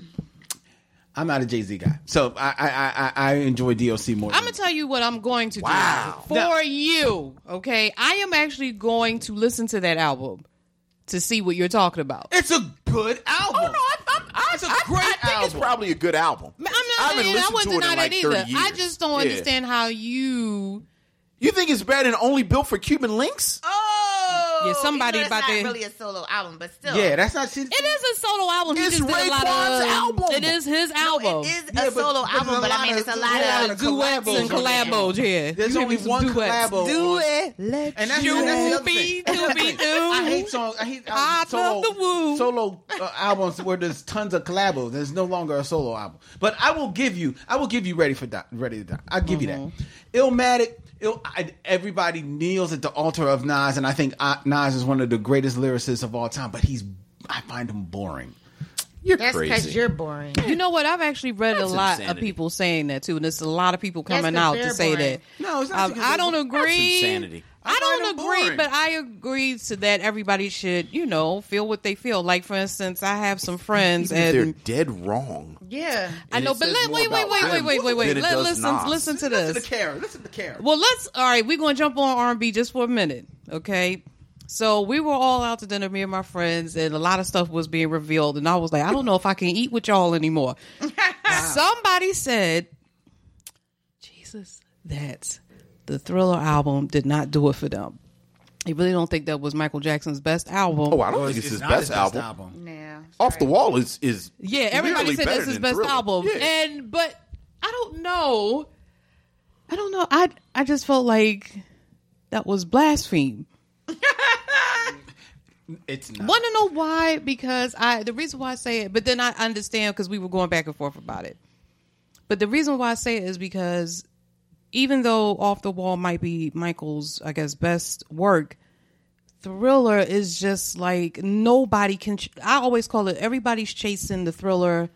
A: I'm not a Jay Z guy, so I I, I I I enjoy DOC more.
D: I'm gonna tell you what I'm going to
B: Wow.
D: do for
A: Now-
D: you. Okay, I am actually going to listen to that album to see what you're talking about.
A: it's a good album.
B: Oh no, I, I'm, I,
A: It's a
B: I-
A: great
B: I think it's
A: album.
B: probably a good album.
D: I'm not
B: haven't
D: saying I
B: listened
D: wouldn't
B: to it in,
D: deny that
B: like, 30
D: either. I
B: years.
D: just don't
B: Yeah.
D: understand how you.
B: You think it's better than Only Built for Cuban Links?
C: Oh,
D: Yeah, somebody
C: even though
D: about
C: that's
D: to-
C: not really a solo album, but still,
A: Yeah, that's not. She,
D: It is a solo album. He
B: It's
D: just did a lot
B: Raekwon's
D: of,
B: album.
D: It is his album.
C: Oh, it is
A: Yeah,
C: a
A: but-
C: solo
A: but
C: album,
A: there's a
C: but I mean,
A: lot
C: it's a
A: of-
C: lot
A: there's a
C: of
A: lot of collabos
C: collabs
D: and collabos, yeah.
A: there's
D: You
A: only
D: give me some
A: one
D: duets.
A: collabo.
D: Do
A: on-
D: it.
C: Let
A: And that's, and that's the other thing.
D: Doobie, doobie, doo.
A: I hate songs. I hate uh,
D: I love
A: solo,
D: the woo.
A: solo uh, albums where there's tons of collabos. There's no longer a solo album. But I will give you. I will give you ready for die, ready to die. I'll give
D: Mm-hmm.
A: you that. Illmatic. Ill, I, everybody kneels at the altar of Nas, and I think uh, Nas is one of the greatest lyricists of all time. But he's, I find him boring.
B: You're
C: That's
B: crazy.
C: because you're boring.
D: You know what? I've actually read a
B: That's
D: lot of
B: insanity.
D: people saying that too, and there's a lot of people
C: That's
D: coming
C: 'cause
D: out
C: they're
D: to say
C: boring.
D: that.
A: No, it's not
D: Um,
A: because
D: I
A: they're
D: don't
A: boring.
D: agree.
B: That's insanity.
D: I
A: find
D: don't
A: them
D: agree,
A: boring.
D: but I agree to that. Everybody should, you know, feel what they feel. Like for instance, I have some friends,
B: Even if they're
D: and
B: dead wrong.
C: Yeah,
D: I know.
B: it
D: But
B: says
D: let,
B: more
D: wait,
B: about
D: wait, wait, wait,
B: them
D: wait, wait, wait.
B: than it
D: Let,
B: does
D: listen,
B: Nas.
D: listen to
A: Listen to
D: this.
A: Karen. Listen to Karen.
D: Well, let's. All right, we're going to jump on R and B just for a minute, okay? So we were all out to dinner, me and my friends, and a lot of stuff was being revealed, and I was like, I don't know if I can eat with y'all anymore. Somebody said, "Jesus, that the Thriller album did not do it for them." I really don't think that was Michael Jackson's best album.
B: Oh, I don't think it's, his
A: not
B: best album.
C: yeah.
B: Off the wall is is
D: Yeah, everybody
B: literally
D: said
B: better
D: that's his
B: than
D: best
B: Thriller.
D: album.
B: Yeah.
D: And but I don't know. I don't know. I I just felt like that was blaspheme.
A: It's not.
D: Want to know why? Because I the reason why I say it, but then I understand because we were going back and forth about it. But the reason why I say it is because even though Off the Wall might be Michael's, I guess, best work, Thriller is just like nobody can. ch- I always call it everybody's chasing the Thriller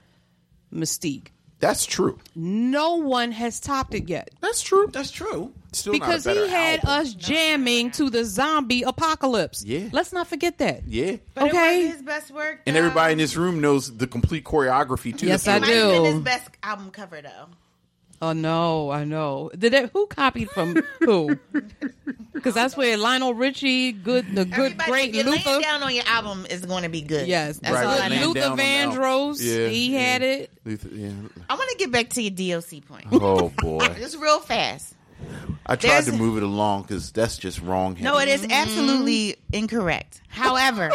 D: mystique.
B: that's true.
D: No one has topped it yet
A: That's true. That's true.
B: Still not a
D: because
B: better
D: he had
B: album.
D: us jamming to the zombie apocalypse.
B: Yeah.
D: let's not forget that.
B: Yeah.
C: But it
D: Okay.
C: wasn't his best work,
B: And
C: though.
B: everybody in this room knows the complete choreography too.
D: Yes,
B: That's
D: I
B: what it
C: It might
B: is.
D: do.
C: have been his best album cover though.
D: Oh no, I know. Did it, who copied from who? Because that's where Lionel Richie, good the good
C: Everybody,
D: great
C: if you're laying
D: Luther.
C: down on your album is going to be good.
D: Yes,
C: that's
D: Right,
C: all I
D: laying
C: know.
D: Luther
B: down on the album.
D: Vandross, he had it.
B: Luther- yeah.
C: I want to get back to your DOC point.
B: Oh boy,
C: Just real fast.
B: I tried
C: There's-
B: to move it along because that's just wrong.
C: No, it is
D: Mm-hmm.
C: absolutely incorrect. However,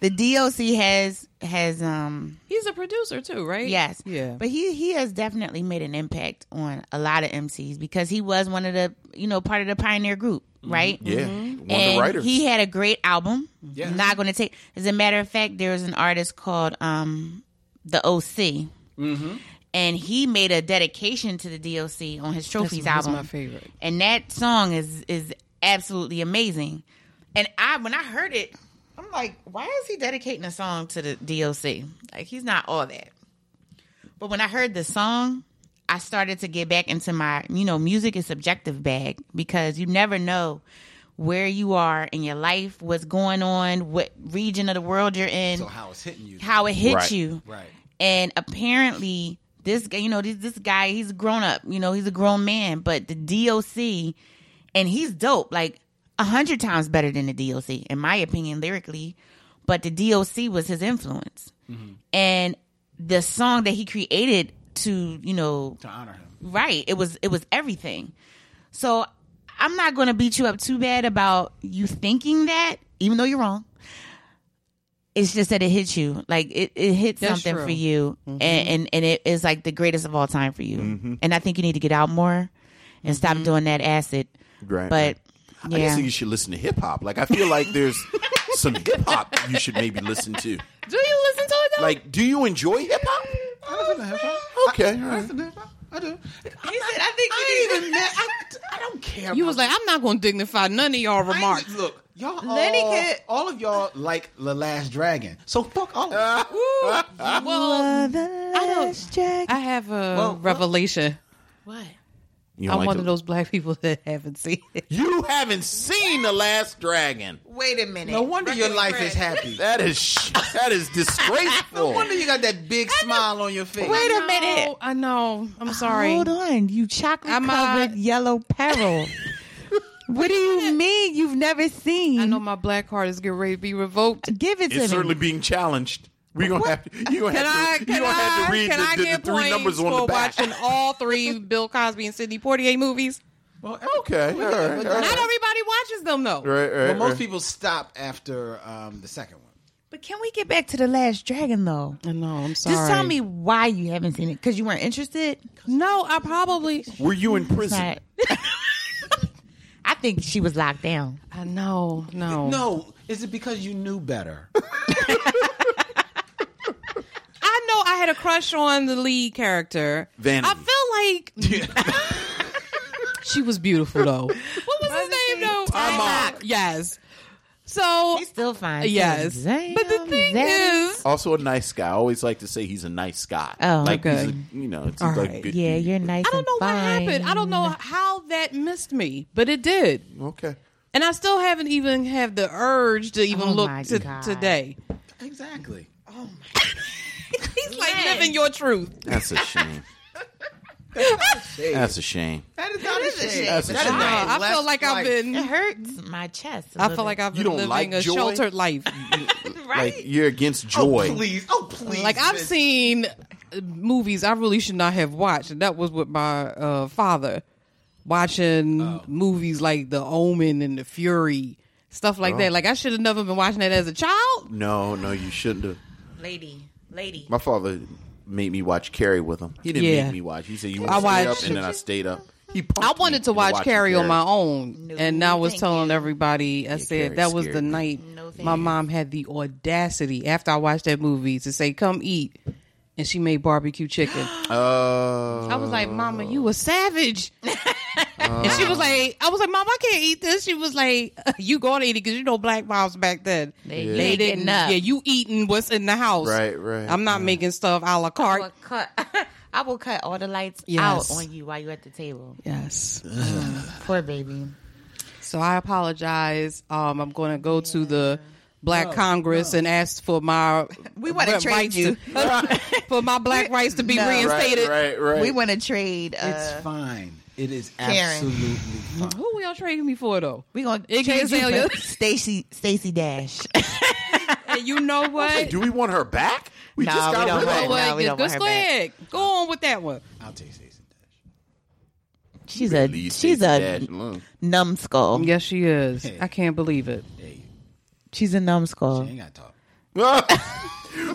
C: the DOC has has um
D: He's a producer too, right?
C: yes
D: Yeah.
C: but he he has definitely made an impact on a lot of MCs because he was one of the you know part of the pioneer group, right?
B: Mm-hmm. Yeah, one of the
C: Mm-hmm. and
B: writers.
C: he had a great album.
A: Yeah.
C: Not going to take. As a matter of fact, there was an artist called um, the OC, and he made a dedication to the DOC on his trophies
D: that's
C: album.
D: my favorite.
C: and that song is is absolutely amazing. And I when I heard it, I'm like, why is he dedicating a song to the DOC? Like he's not all that. But when I heard the song, I started to get back into my, you know, music is subjective bag because you never know where you are in your life, what's going on, what region of the world you're in,
A: So how it's hitting you?
C: how it hits
B: Right.
C: you.
A: Right.
C: And apparently, this guy, you know, this, this guy, he's grown up, you know, he's a grown man, but the DOC, and he's dope, like a hundred times better than the DOC, in my opinion, lyrically. But the DOC was his influence. And the song that he created to, you know,
A: To honor him.
C: right it was it was everything so i'm not going to beat you up too bad about you thinking that even though you're wrong it's just that it hits you like it, it hits
D: That's
C: something
D: true.
C: for you
B: Mm-hmm.
C: and, and and it is like the greatest of all time for you and i think you need to get out more and stop
D: Mm-hmm.
C: doing that acid
B: Right,
C: but
B: I
C: yeah
B: guess you should listen to hip hop. Like I feel like there's some hip hop you should maybe listen to.
D: Do you listen to it though?
B: Like, do you enjoy hip hop?
A: I listen to hip hop.
B: Okay,
A: I,
B: all right.
A: listen to hip hop. I do.
C: he said i think
A: I ain't even mad. I, I don't care.
D: you
A: about
D: was like, I'm not going to dignify none of y'all
A: I ain't-
D: remarks.
A: Look, y'all
C: Lenny
A: all,
C: could-
A: all of y'all like The Last Dragon. So fuck all
B: Uh,
A: of you.
D: Well, I don't. I have a revelation.
C: what
B: You
D: I'm
B: don't like
D: one
B: the-
D: of those black people that haven't seen it.
B: You haven't seen The Last Dragon.
C: wait a minute
A: No wonder your life is happy.
B: That is sh- that is
A: No
B: disgraceful.
A: wonder you got that big smile on your face.
C: Wait a minute
D: Oh, I know. I'm sorry.
C: Hold on, you chocolate
D: I'm, uh,
C: covered yellow peril. what do you mean you've never seen?
D: I know my black card is getting ready to be revoked.
C: Give it to me.
B: it's certainly being challenged. We gonna have to, you gonna
D: Can I?
B: have to,
D: Can
B: you gonna
D: I?
B: have to read
D: can
B: the,
D: I
B: the- the
D: get
B: three
D: points
B: numbers on
D: for
B: the back.
D: watching all three Bill Cosby and Sidney Poitier movies?
A: Well,
B: Okay, all right, all
D: Not
B: right.
D: everybody nobody watches them though.
B: Right, right,
A: But most
B: right.
A: people stop after um, the second one.
C: But can we get back to the Last Dragon though?
D: I know. I'm sorry.
C: Just tell me why you haven't seen it because you weren't interested.
D: No, I probably.
B: Were you in prison?
C: Right. I think she was locked down.
D: I know. No.
A: No, is it because you knew better?
D: I know. I had a crush on the lead character.
B: Vanity.
D: I feel like she was beautiful though. What was his name though? Tarmac. Yes. So
C: He's still fine.
D: Uh, Yes.
C: Damn,
D: but the thing
C: damn.
D: is,
B: Also a nice guy. I always like to say he's a nice guy.
C: Oh,
B: like he's
D: okay.
B: a, you know, it's
D: All
B: like
D: right.
B: good
C: yeah,
B: dude.
C: you're nice.
D: I don't
C: and
D: know what
C: fine.
D: happened. I don't know how that missed me, but it did.
B: okay.
D: And I still haven't even had the urge to even
C: Oh my
D: look to
C: God.
D: today.
A: exactly.
D: He's like living your truth.
B: That's a shame. That's a shame.
A: That is not a shame.
B: That's a
A: That is
B: shame.
A: not
D: Uh, I feel
A: left
D: like I've
A: right.
D: been.
C: It hurts my chest. I
D: I feel like I've
B: You
D: been
B: don't
D: living
B: like
D: a
B: joy?
D: sheltered life.
C: right.
B: Like you're against joy.
A: Oh, please. Oh, please.
D: like I've
A: bitch.
D: seen uh, movies I really should not have watched, and that was with my uh, father watching
B: Oh.
D: movies like The Omen and The Fury, stuff like
B: Oh.
D: that. Like I should have never been watching that as a child.
B: No, no, you shouldn't have.
C: lady, lady.
B: My father made me watch Carrie with him. He didn't
D: Yeah.
B: make me watch. He said you
D: I
B: want to stay up,
D: watched-
B: and then I stayed up. He
D: I
B: punked me
D: wanted to
B: into
D: watch
B: watching
D: Carrie on my own,
C: No,
D: and I was
C: thank
D: telling
C: you.
D: everybody. I said
B: Carrie
D: that was
B: scared
D: the
B: me.
D: night
C: No, thank
D: my
C: you.
D: mom had the audacity after I watched that movie to say, "Come eat," and she made barbecue chicken.
B: Oh,
D: I was like, Mama, you a savage. and she was like, I was like, Mom, I can't eat this. She was like, You gonna eat it because you know black moms back then.
C: They big enough.
D: Yeah, you eating what's in the house.
B: Right, right,
D: I'm not making stuff a la
C: I
D: carte.
C: will cut. I will cut all the lights
D: Yes.
C: out on you while you're at the table.
D: Yes.
C: Poor baby.
D: So I apologize. Um, I'm going to go to the Black Congress and ask for my
E: We wanna
D: rights
E: trade you.
D: to- for my black rights to be
E: No.
B: right,
D: reinstated.
B: right, right.
E: We want to trade. Uh,
A: It's fine. It is
E: Karen.
A: absolutely fine.
D: Who y'all trading me for though?
E: we gonna
D: Iggy
E: trade you
D: Azalea.
E: for
C: Stacy, Stacy Dash.
D: And you know what?
B: Do we want her back? We
E: No,
B: just got
E: we don't
B: rid of
E: want
D: Go
E: Right,
B: her.
E: no, we
D: ahead.
E: don't want
D: Just
E: her
D: go
E: back.
D: ahead. Go on with that one.
A: I'll take Stacey Dash.
C: She's
B: Leave
C: a she's
B: Stacey
C: a
B: Dash alone.
C: numbskull.
D: Mm, Yes, she is. I can't believe it.
A: Hey,
C: She's a numbskull.
A: you ain't got to talk.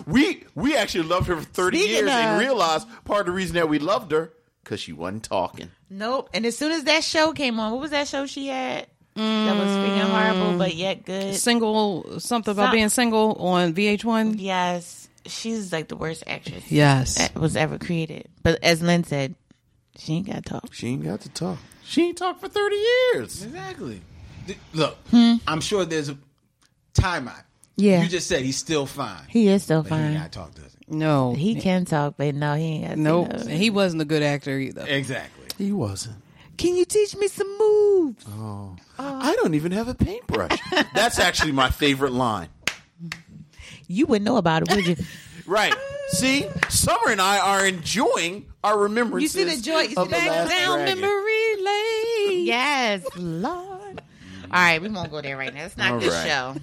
B: we we actually loved her for 30
E: Speaking
B: years and
E: of-
B: realized part of the reason that we loved her because she wasn't talking.
C: Nope. And as soon as that show came on, what was that show she had? That was freaking horrible, but yet good.
D: Single, something about
C: Some-
D: being single on VH1.
C: Yes, she's like the worst actress
D: Yes.
C: that was ever created. But as Lynn said, she ain't got talk.
B: She ain't got to talk. She ain't talked for 30 years.
A: Exactly. Th- Look, I'm sure there's a time out.
C: Hmm. Yeah.
A: You just said he's still fine.
C: He is still
A: But he ain't
C: fine.
A: got to talk to us.
D: No.
C: He can talk, but no, he ain't got
D: nope.
C: no.
D: And he wasn't a good actor either.
A: Exactly.
B: He wasn't.
C: Can you teach me some moves?
B: I don't even have a paintbrush. That's actually my favorite line.
C: You wouldn't know about it, would you?
B: Right. See, Summer and I are enjoying our remembrances.
E: You see the joy- you see
B: of the
E: back
B: last
D: Down
B: dragon.
D: memory lane.
C: yes, Lord. All right, we won't go there right now. It's not
B: All
C: this
B: right.
C: show,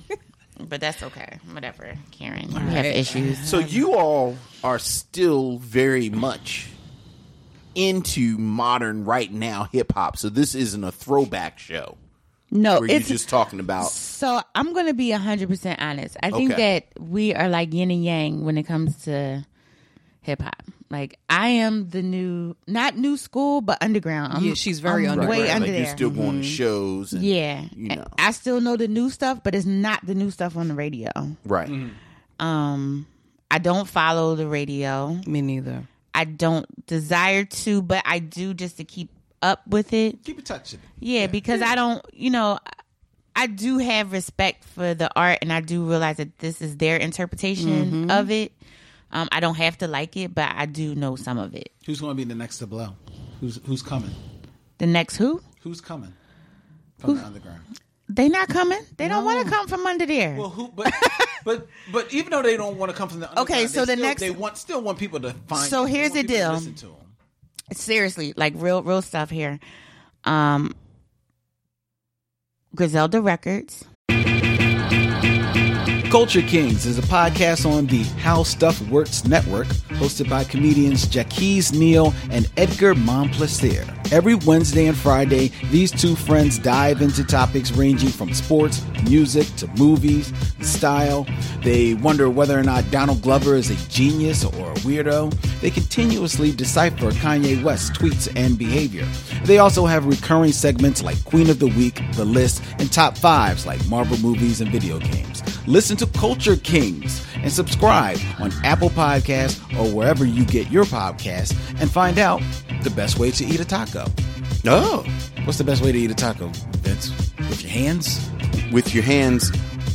C: but that's okay. Whatever, Karen. we have issues.
B: So you all are still very much into modern right now hip hop. So this isn't a throwback show
C: No,
B: where you're
C: it's
B: just talking about
C: So I'm gonna be hundred percent honest. I think
B: Okay.
C: that we are like yin and yang when it comes to hip hop. Like I am the new, not new school, but underground. I'm,
D: Yeah, she's very
C: I'm Way
D: underground. Right,
C: under
B: like
C: there. Mm-hmm.
B: you're still going to shows. And,
C: yeah,
B: you know.
C: I still know the new stuff, but it's not the new stuff on the radio.
B: Right.
C: Um, I don't follow the radio.
D: Me neither.
C: I don't desire to, but I do just to keep up with it.
A: Keep in touch with me.
C: Yeah, because I don't, you know, I- I do have respect for the art and I do realize that this is their interpretation of it. Um, I don't have to like it, but I do know some of it.
A: Who's going to be the next to blow? Who's who's coming?
C: The next who?
A: Who's coming from the underground?
C: They not coming. They don't want to come from under there.
A: Well, who? But but but even though they don't want to come from the underground,
C: Okay,
A: they
C: so the
A: still-
C: next-
A: they want still want people to find.
C: So
A: them. They
C: here's
A: want people
C: the
A: to
C: deal.
A: Listen to them.
C: Seriously, like real real stuff here. Um Griselda Records.
A: Culture Kings is a podcast on the How Stuff Works Network, hosted by comedians Jackie's Neal and Edgar Monplaisir. Every Wednesday and Friday, these two friends dive into topics ranging from sports, music, to movies, style. They wonder whether or not Donald Glover is a genius or a weirdo. They continuously decipher Kanye West's tweets and behavior. They also have recurring segments like Queen of the Week, The List, and Top Fives like Marvel movies and video games. Listen to Culture Kings and subscribe on Apple Podcasts or wherever you get your podcasts and find out the best way to eat a taco.
B: Oh,
A: What's the best way to eat a taco, Vince? With your hands?
B: with your hands,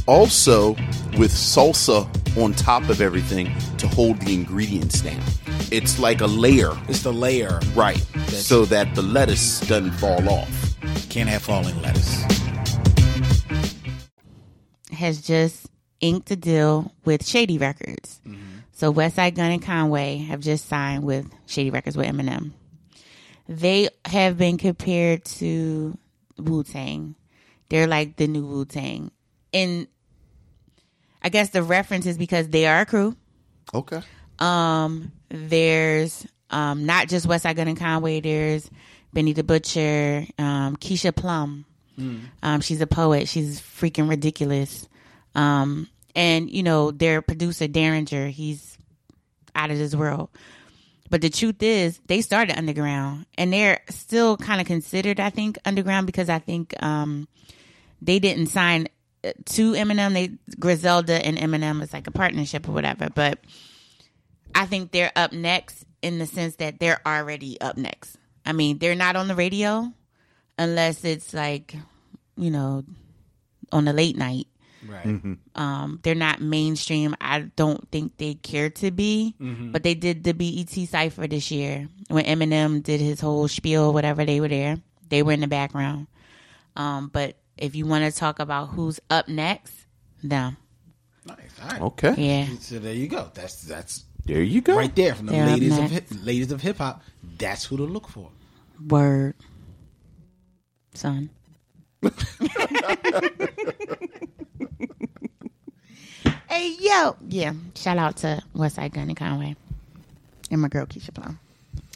B: also with salsa on top of everything to hold the ingredients down. It's like a layer,
A: It's the layer.
B: right? So that the lettuce doesn't fall off.
A: Can't have falling lettuce.
C: has just inked a deal with Shady Records. So Westside Gun and Conway have just signed with Shady Records with Eminem. They have been compared to Wu Tang. They're like the new Wu Tang. And I guess the reference is because they are a crew.
B: Okay.
C: Um, there's um, not just Westside Gun and Conway. There's Benny the Butcher, um, Keisha Plum. Um, she's a poet. She's freaking ridiculous. Um, and you know their producer Derringer, he's out of this world. But the truth is, they started underground, and they're still kind of considered, I think, underground because I think um, they didn't sign uh, to Eminem. They Griselda and Eminem is like a partnership or whatever. But I think they're up next in the sense that they're already up next. I mean, they're not on the radio unless it's like, you know, on the late night.
A: Right.
C: Um, they're not mainstream. I don't think they care to be, but they did the BET Cypher this year when Eminem did his whole spiel, whatever they were there. They were in the background. Um, but if you want to talk about who's up next, them.
A: Nice. All right.
B: Okay.
C: Yeah.
A: So there you go. That's that's
B: There you go.
A: right there from the
C: They're up
A: ladies of
C: next.
A: hip, ladies of hip hop. That's who to look for.
C: Word. Son. hey yo. Yeah. Shout out to Westside Gun and Conway. And my girl Keisha Plum.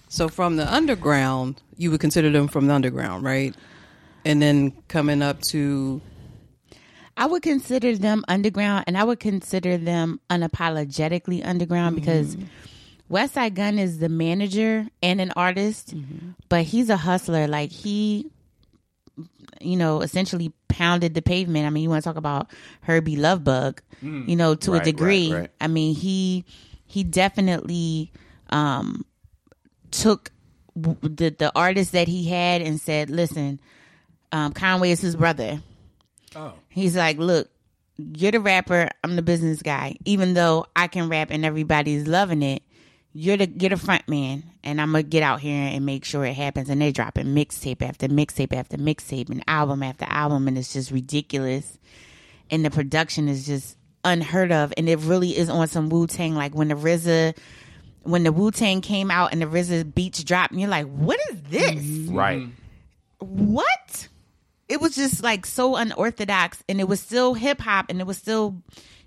D: So from the underground, you would consider them from the underground, right? And then coming up to
C: I would consider them underground and I would consider them unapologetically
B: Mm-hmm.
C: underground because Westside Gun is the manager and an artist,
B: Mm-hmm.
C: but he's a hustler. Like he you know, essentially pounded the pavement. I mean, you want to talk about Herbie Lovebug, you know, to
B: Mm. Right,
C: a
B: right,
C: degree.
B: right.
C: I mean, he he definitely um took w- the the artist that he had and said, "Listen, um Conway is his brother."
A: Oh.
C: He's like, "Look, you're the rapper, I'm the business guy. Even though I can rap and everybody's loving it, you're the you're the front man, and I'm gonna get out here and make sure it happens. And they dropping mixtape after mixtape after mixtape and album after album, and it's just ridiculous. And the production is just unheard of, and it really is on some Wu Tang. Like when the RZA, when the Wu Tang came out and the RZA beats dropped, and you're like, what is this?
B: Right.
C: what? It was just like so unorthodox, and it was still hip hop, and it was still,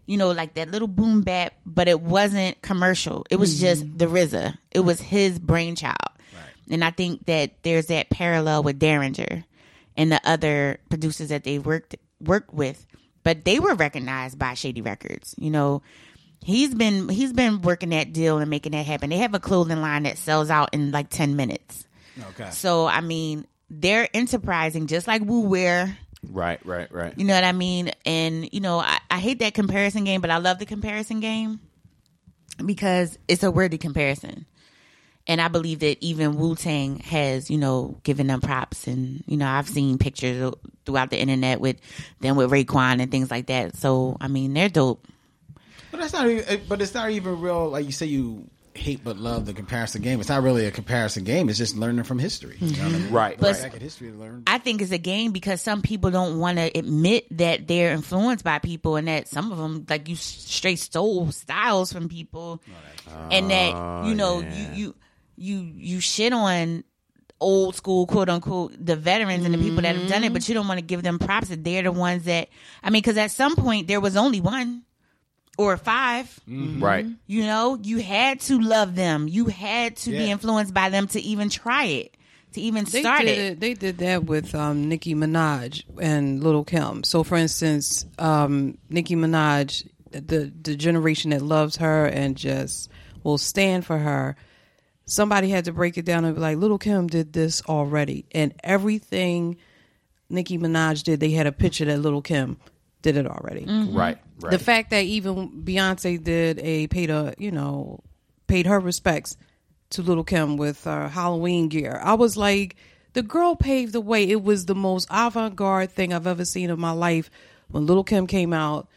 C: you know, like that little boom bap, but it wasn't commercial. It was just the RZA. It was his brainchild, and I think that there's that parallel with Derringer and the other producers that they worked worked with, but they were recognized by Shady Records. You know, he's been he's been working that deal and making that happen. They have a clothing line that sells out in like ten minutes.
A: Okay.
C: So I mean, they're enterprising just like Wu Wear.
B: Right. Right. Right.
C: You know what I mean? And you know, I, I hate that comparison game, but I love the comparison game because it's a worthy comparison. And I believe that even Wu Tang has, you know, given them props. And you know, I've seen pictures throughout the internet with them with Raekwon and things like that. So I mean, they're dope.
A: But that's not. Even, eh, but it's not even real. Like you say, you hate but love the comparison game. It's not really a comparison game. It's just learning from history. You know what I mean?
B: Right.
A: Look
B: right.
A: Back at history to learn.
C: I think it's a game because some people don't want to admit that they're influenced by people and that some of them, like you, s- straight stole styles from people, and that
D: Oh,
C: you know you you you you shit on old school quote unquote the veterans and the people that have done
D: Mm-hmm.
C: it, but you don't want to give them props that they're the ones that I mean, because at some point there was only one or five.
D: Mm.
B: Right.
C: Mm-hmm. You know, you had to love them. You had to be
A: Yeah.
C: influenced by them to even try it. to even
D: They
C: start
D: did,
C: it.
D: They did that with um, Nicki Minaj and Little Kim. So, for instance, um, Nicki Minaj, the the generation that loves her and just will stand for her, somebody had to break it down and be like, "Little Kim did this already," and everything Nicki Minaj did, they had a picture that Little Kim did it already.
B: Right. Right.
D: The fact that even Beyonce did a paid a you know paid her respects to Little Kim with her Halloween gear, I was like, the girl paved the way. It was the most avant garde thing I've ever seen in my life when Little Kim came out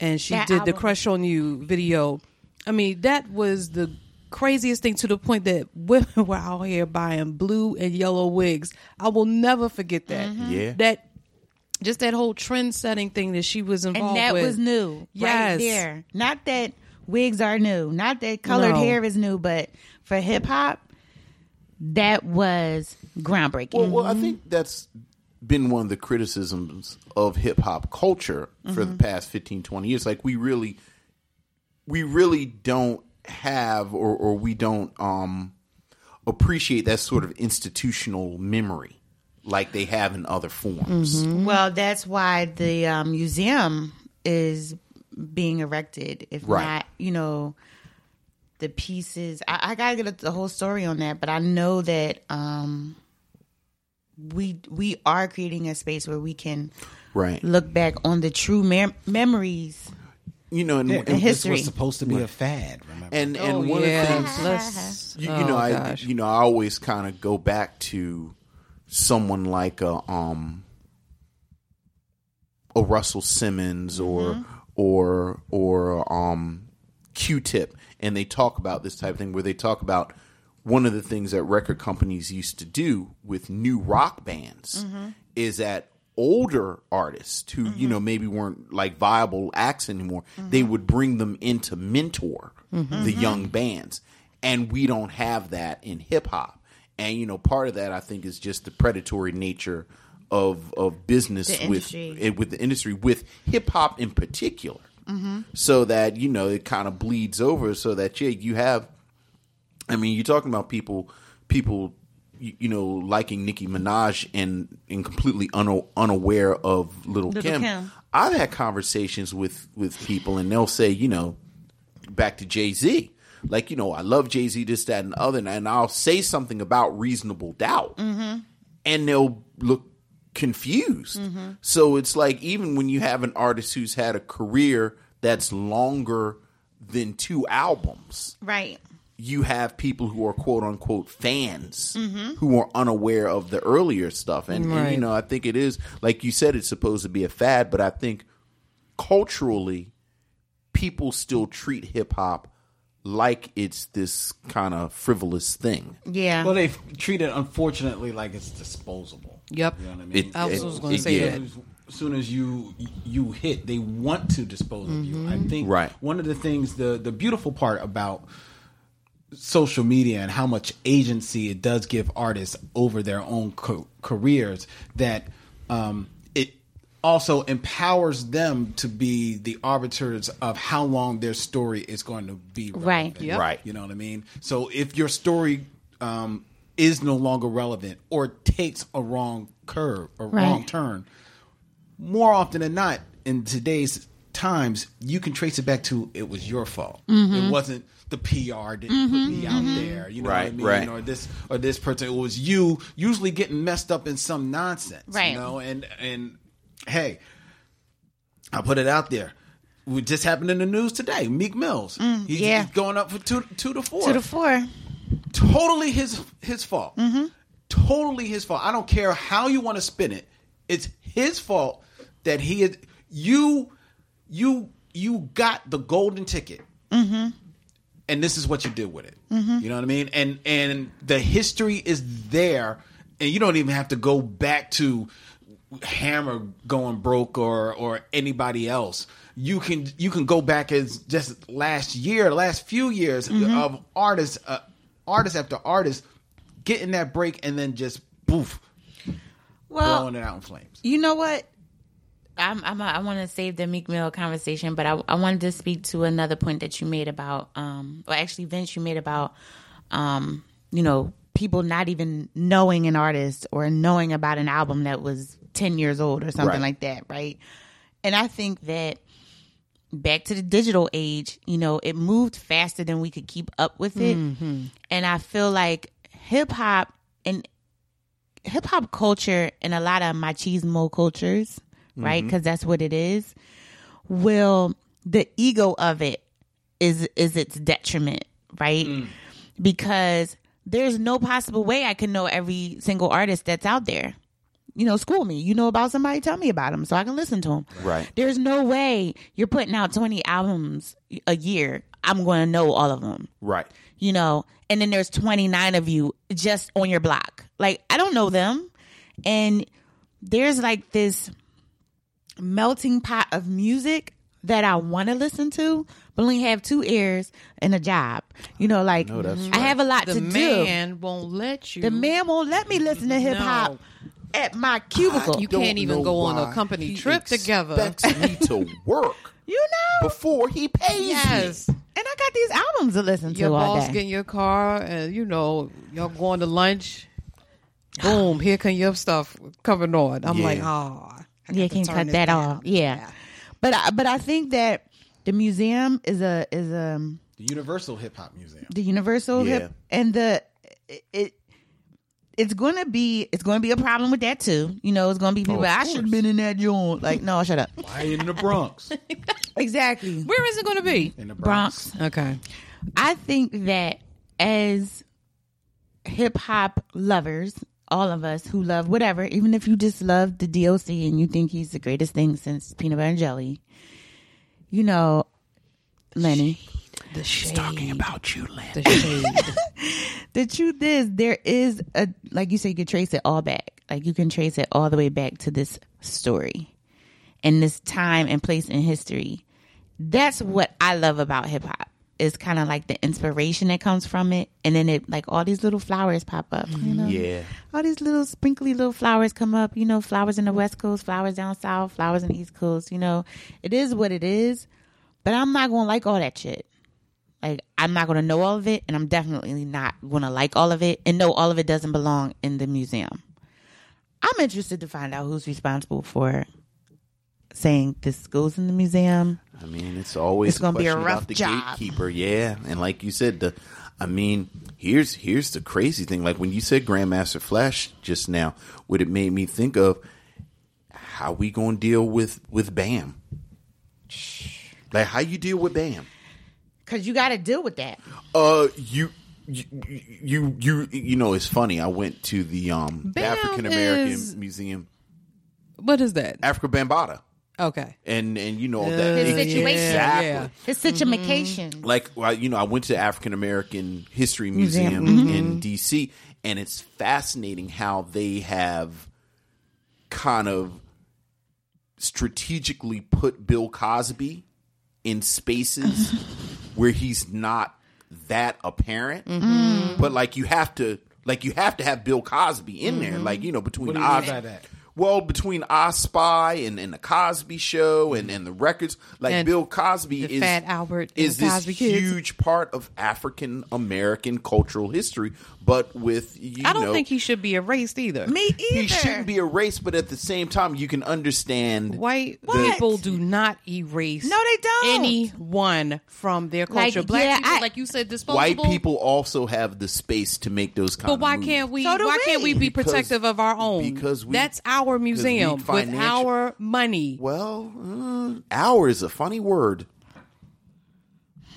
D: and she
C: That
D: did the
C: album.
D: "Crush on You" video. I mean, that was the craziest thing to the point that women were out here buying blue and yellow wigs. I will never forget that.
B: Mm-hmm. Yeah.
D: that. Just that whole trend setting thing that she was involved
C: and that
D: with.
C: was new
D: Yes.
C: right there. Not that wigs are new, not that colored
D: No.
C: hair is new, but for hip hop, that was groundbreaking.
B: Well, well, I think that's been one of the criticisms of hip hop culture for the past 15, 20 years. Like we really, we really don't have, or, or we don't um, appreciate that sort of institutional memory like they have in other forms.
C: Well, that's why the um, museum is being erected. If
B: Right.
C: not, you know, the pieces. I, I gotta get the whole story on that, but I know that um, we we are creating a space where we can
B: Right.
C: look back on the true mem- memories.
B: You know, and,
A: this
B: and,
C: history.
A: was supposed to be a fad. Remember?
B: and,
D: Oh,
B: and one
D: yeah.
B: of the things
D: Let's-
B: you, you
D: oh,
B: know, I
D: gosh.
B: you know, I always kind of go back to someone like a um a Russell Simmons or
D: Mm-hmm.
B: or or um Q-Tip, and they talk about this type of thing where they talk about one of the things that record companies used to do with new rock bands
C: Mm-hmm.
B: is that older artists who you know maybe weren't like viable acts anymore
C: Mm-hmm.
B: they would bring them in to mentor the young bands and we don't have that in hip hop and you know part of that i think is just the predatory nature of of business
C: The
B: with
C: industry.
B: it- with the industry with hip hop in particular, so that you know it kind of bleeds over. So that yeah, you have. I mean, you're talking about people, people, you, you know, liking Nicki Minaj and and completely una- unaware of Little,
C: Lil'
B: Kim.
C: Kim.
B: I've had conversations with with people, and they'll say, you know, back to Jay Z. Like you know, I love Jay Z, this, that, and the other, and I'll say something about reasonable doubt, and they'll look confused.
D: Mm-hmm.
B: So it's like even when you have an artist who's had a career that's longer than two albums,
C: Right.
B: you have people who are quote unquote fans who are unaware of the earlier stuff. And, and you
D: Mm-hmm. Right.
B: know, I think it is like you said, it's supposed to be a fad, but I think culturally, people still treat hip hop like it's this kind of frivolous thing.
C: Yeah.
A: well, they f- treat it unfortunately like it's disposable.
D: Yep.
A: You know what I mean?
B: It-
D: I was,
B: it-
D: going
B: it-
D: to say
B: yeah.
D: that.
A: as soon as you you hit, they want to dispose of you. I think
B: Right.
A: one of the things the the beautiful part about social media and how much agency it does give artists over their own co- careers that um, it also empowers them to be the arbiters of how long their story is going to be
C: Right.
A: relevant.
D: Yep.
B: Right.
A: You know what I mean? So if your story um, is no longer relevant or takes a wrong curve or
C: Right.
A: wrong turn, more often than not in today's times, you can trace it back to it was your fault.
C: Mm-hmm.
A: It wasn't the PR didn't put me out there. You know what I
B: Right,
A: mean?
B: right.
A: Or this or this person. It was you usually getting messed up in some nonsense.
C: Right.
A: You know, and and hey, I put it out there. What just happened in the news today? Meek Mills. he's,
C: Mm, yeah.
A: he's going up for two two to four.
C: to the four.
A: Totally his his fault. Totally his fault. I don't care how you want to spin it. It's his fault that he is you you you got the golden ticket. And this is what you did with it. You know what I mean? And and the history is there and you don't even have to go back to Hammer going broke or or anybody else. You can you can go back as just last year, last few years of artists, uh, artist after artist, getting that break and then just boof,
C: Well,
A: blowing it out in flames.
C: You know what? I'm, I'm, I want to save the Meek Mill conversation, but I, I wanted to speak to another point that you made about, um, or actually, Vince, you made about, um, you know, people not even knowing an artist or knowing about an album that was 10 years old or something
B: Right.
C: like that, right? And I think that back to the digital age, you know, it moved faster than we could keep up with it. And I feel like hip hop and hip hop culture and a lot of machismo cultures, right? Because that's what it is. Will the ego of it is is its detriment, right? Because there's no possible way I can know every single artist that's out there. You know, school me. You know about somebody, tell me about them so I can listen to them.
B: Right.
C: There's no way you're putting out 20 albums a year. I'm going to know all of them
B: Right.
C: you know, and then there's 29 of you just on your block. Like, I don't know them. And there's like this melting pot of music that I want to listen to, but only have two ears and a job. You know, like, I have a lot
D: The
C: to do.
D: man won't let you.
C: The man won't let me listen to hip hop at my cubicle.
D: You
C: You,
D: can't even go on a company trip together.
B: Expects me to work
C: know?
B: before he pays
D: Yes.
C: And I got these albums to listen
D: Your
C: to all
D: boss
C: day.
D: get in your car, and you know y'all going to lunch. Boom! Here come your stuff coming on. I'm like, oh,
C: yeah, can't cut that off. Yeah. but I, but I think that the museum is a is a
A: The Universal Hip Hop Museum.
C: the universal
B: Yeah.
C: hip and the it. It's gonna be it's gonna be a problem with that too. You know, it's gonna be people. I should have been in that joint. Like, no, shut up.
A: I ain't in the Bronx.
C: exactly,
D: Where is it going to be?
A: In the Bronx.
C: Bronx.
D: Okay.
C: I think that as hip hop lovers, all of us who love whatever, even if you just love the DOC and you think he's the greatest thing since peanut butter and jelly, you know, Lenny.
D: The shade.
B: me. About you, Lynn.
D: The shade.
C: the truth is there is a like you said you can trace it all back like you can trace it all the way back to this story and this time and place in history that's what i love about hip-hop it's kind of like the inspiration that comes from it and then it like all these little flowers pop up you know
B: Yeah.
C: all these little sprinkly little flowers come up you know flowers in the west coast flowers down south flowers in the east coast you know it is what it is but i'm not gonna like all that shit like i'm not gonna know all of it and i'm definitely not gonna like all of it and no all of it doesn't belong in the museum i'm interested to find out who's responsible for saying this goes in the museum
B: I mean, it's always
C: It's gonna be a
B: question
C: rough
B: about the
C: job.
B: gatekeeper. Yeah, and like you said, the I mean, here's here's the crazy thing. Like when you said Grandmaster Flash just now, what it made me think of how we gonna deal with with Bam. Like how you deal with Bam?
C: because you gotta deal with that
B: Uh, you. You, you you you know it's funny. I went to the um
D: Bam
B: African American
D: is-
B: Museum,
D: what is that?
B: Africa Bambata,
D: Okay.
B: and and you know that
C: His situation.
B: exactly. Mm-hmm.
D: Yeah.
C: it's such a vacation
B: like well, you know i went to the african american history museum,
D: Mm-hmm.
B: in dc and it's fascinating how they have kind of strategically put bill cosby in spaces where he's not that apparent
D: Mm-hmm.
B: but like you have to like you have to have bill cosby in
D: Mm-hmm.
B: there like you know between
A: What do you mean by that?
B: well, between I Spy and, and the Cosby Show and, and the records, like
D: And
B: Bill Cosby
D: the
B: is
D: Fat Albert and
B: is
D: the
B: this
D: Cosby Kids.
B: huge part of African American cultural history. But with you
D: I don't
B: know,
D: think he should be erased either.
C: me either
B: he shouldn't be erased. But at the same time, you can understand
D: White
B: What?
D: people do not erase
C: No, they don't.
D: anyone from their
C: Like,
D: culture. Black
C: yeah,
D: people,
C: I-
D: like you said, disposable.
B: white people also have the space to make those kind.
D: But
B: of
D: why
B: moves.
D: can't we?
C: So do
D: why can't
C: we.
D: we be
B: Because-
D: protective of our own?
B: because we-
D: that's our
B: because we
D: museum with
B: financial-
D: our money.
B: Well, mm, hour is a funny word.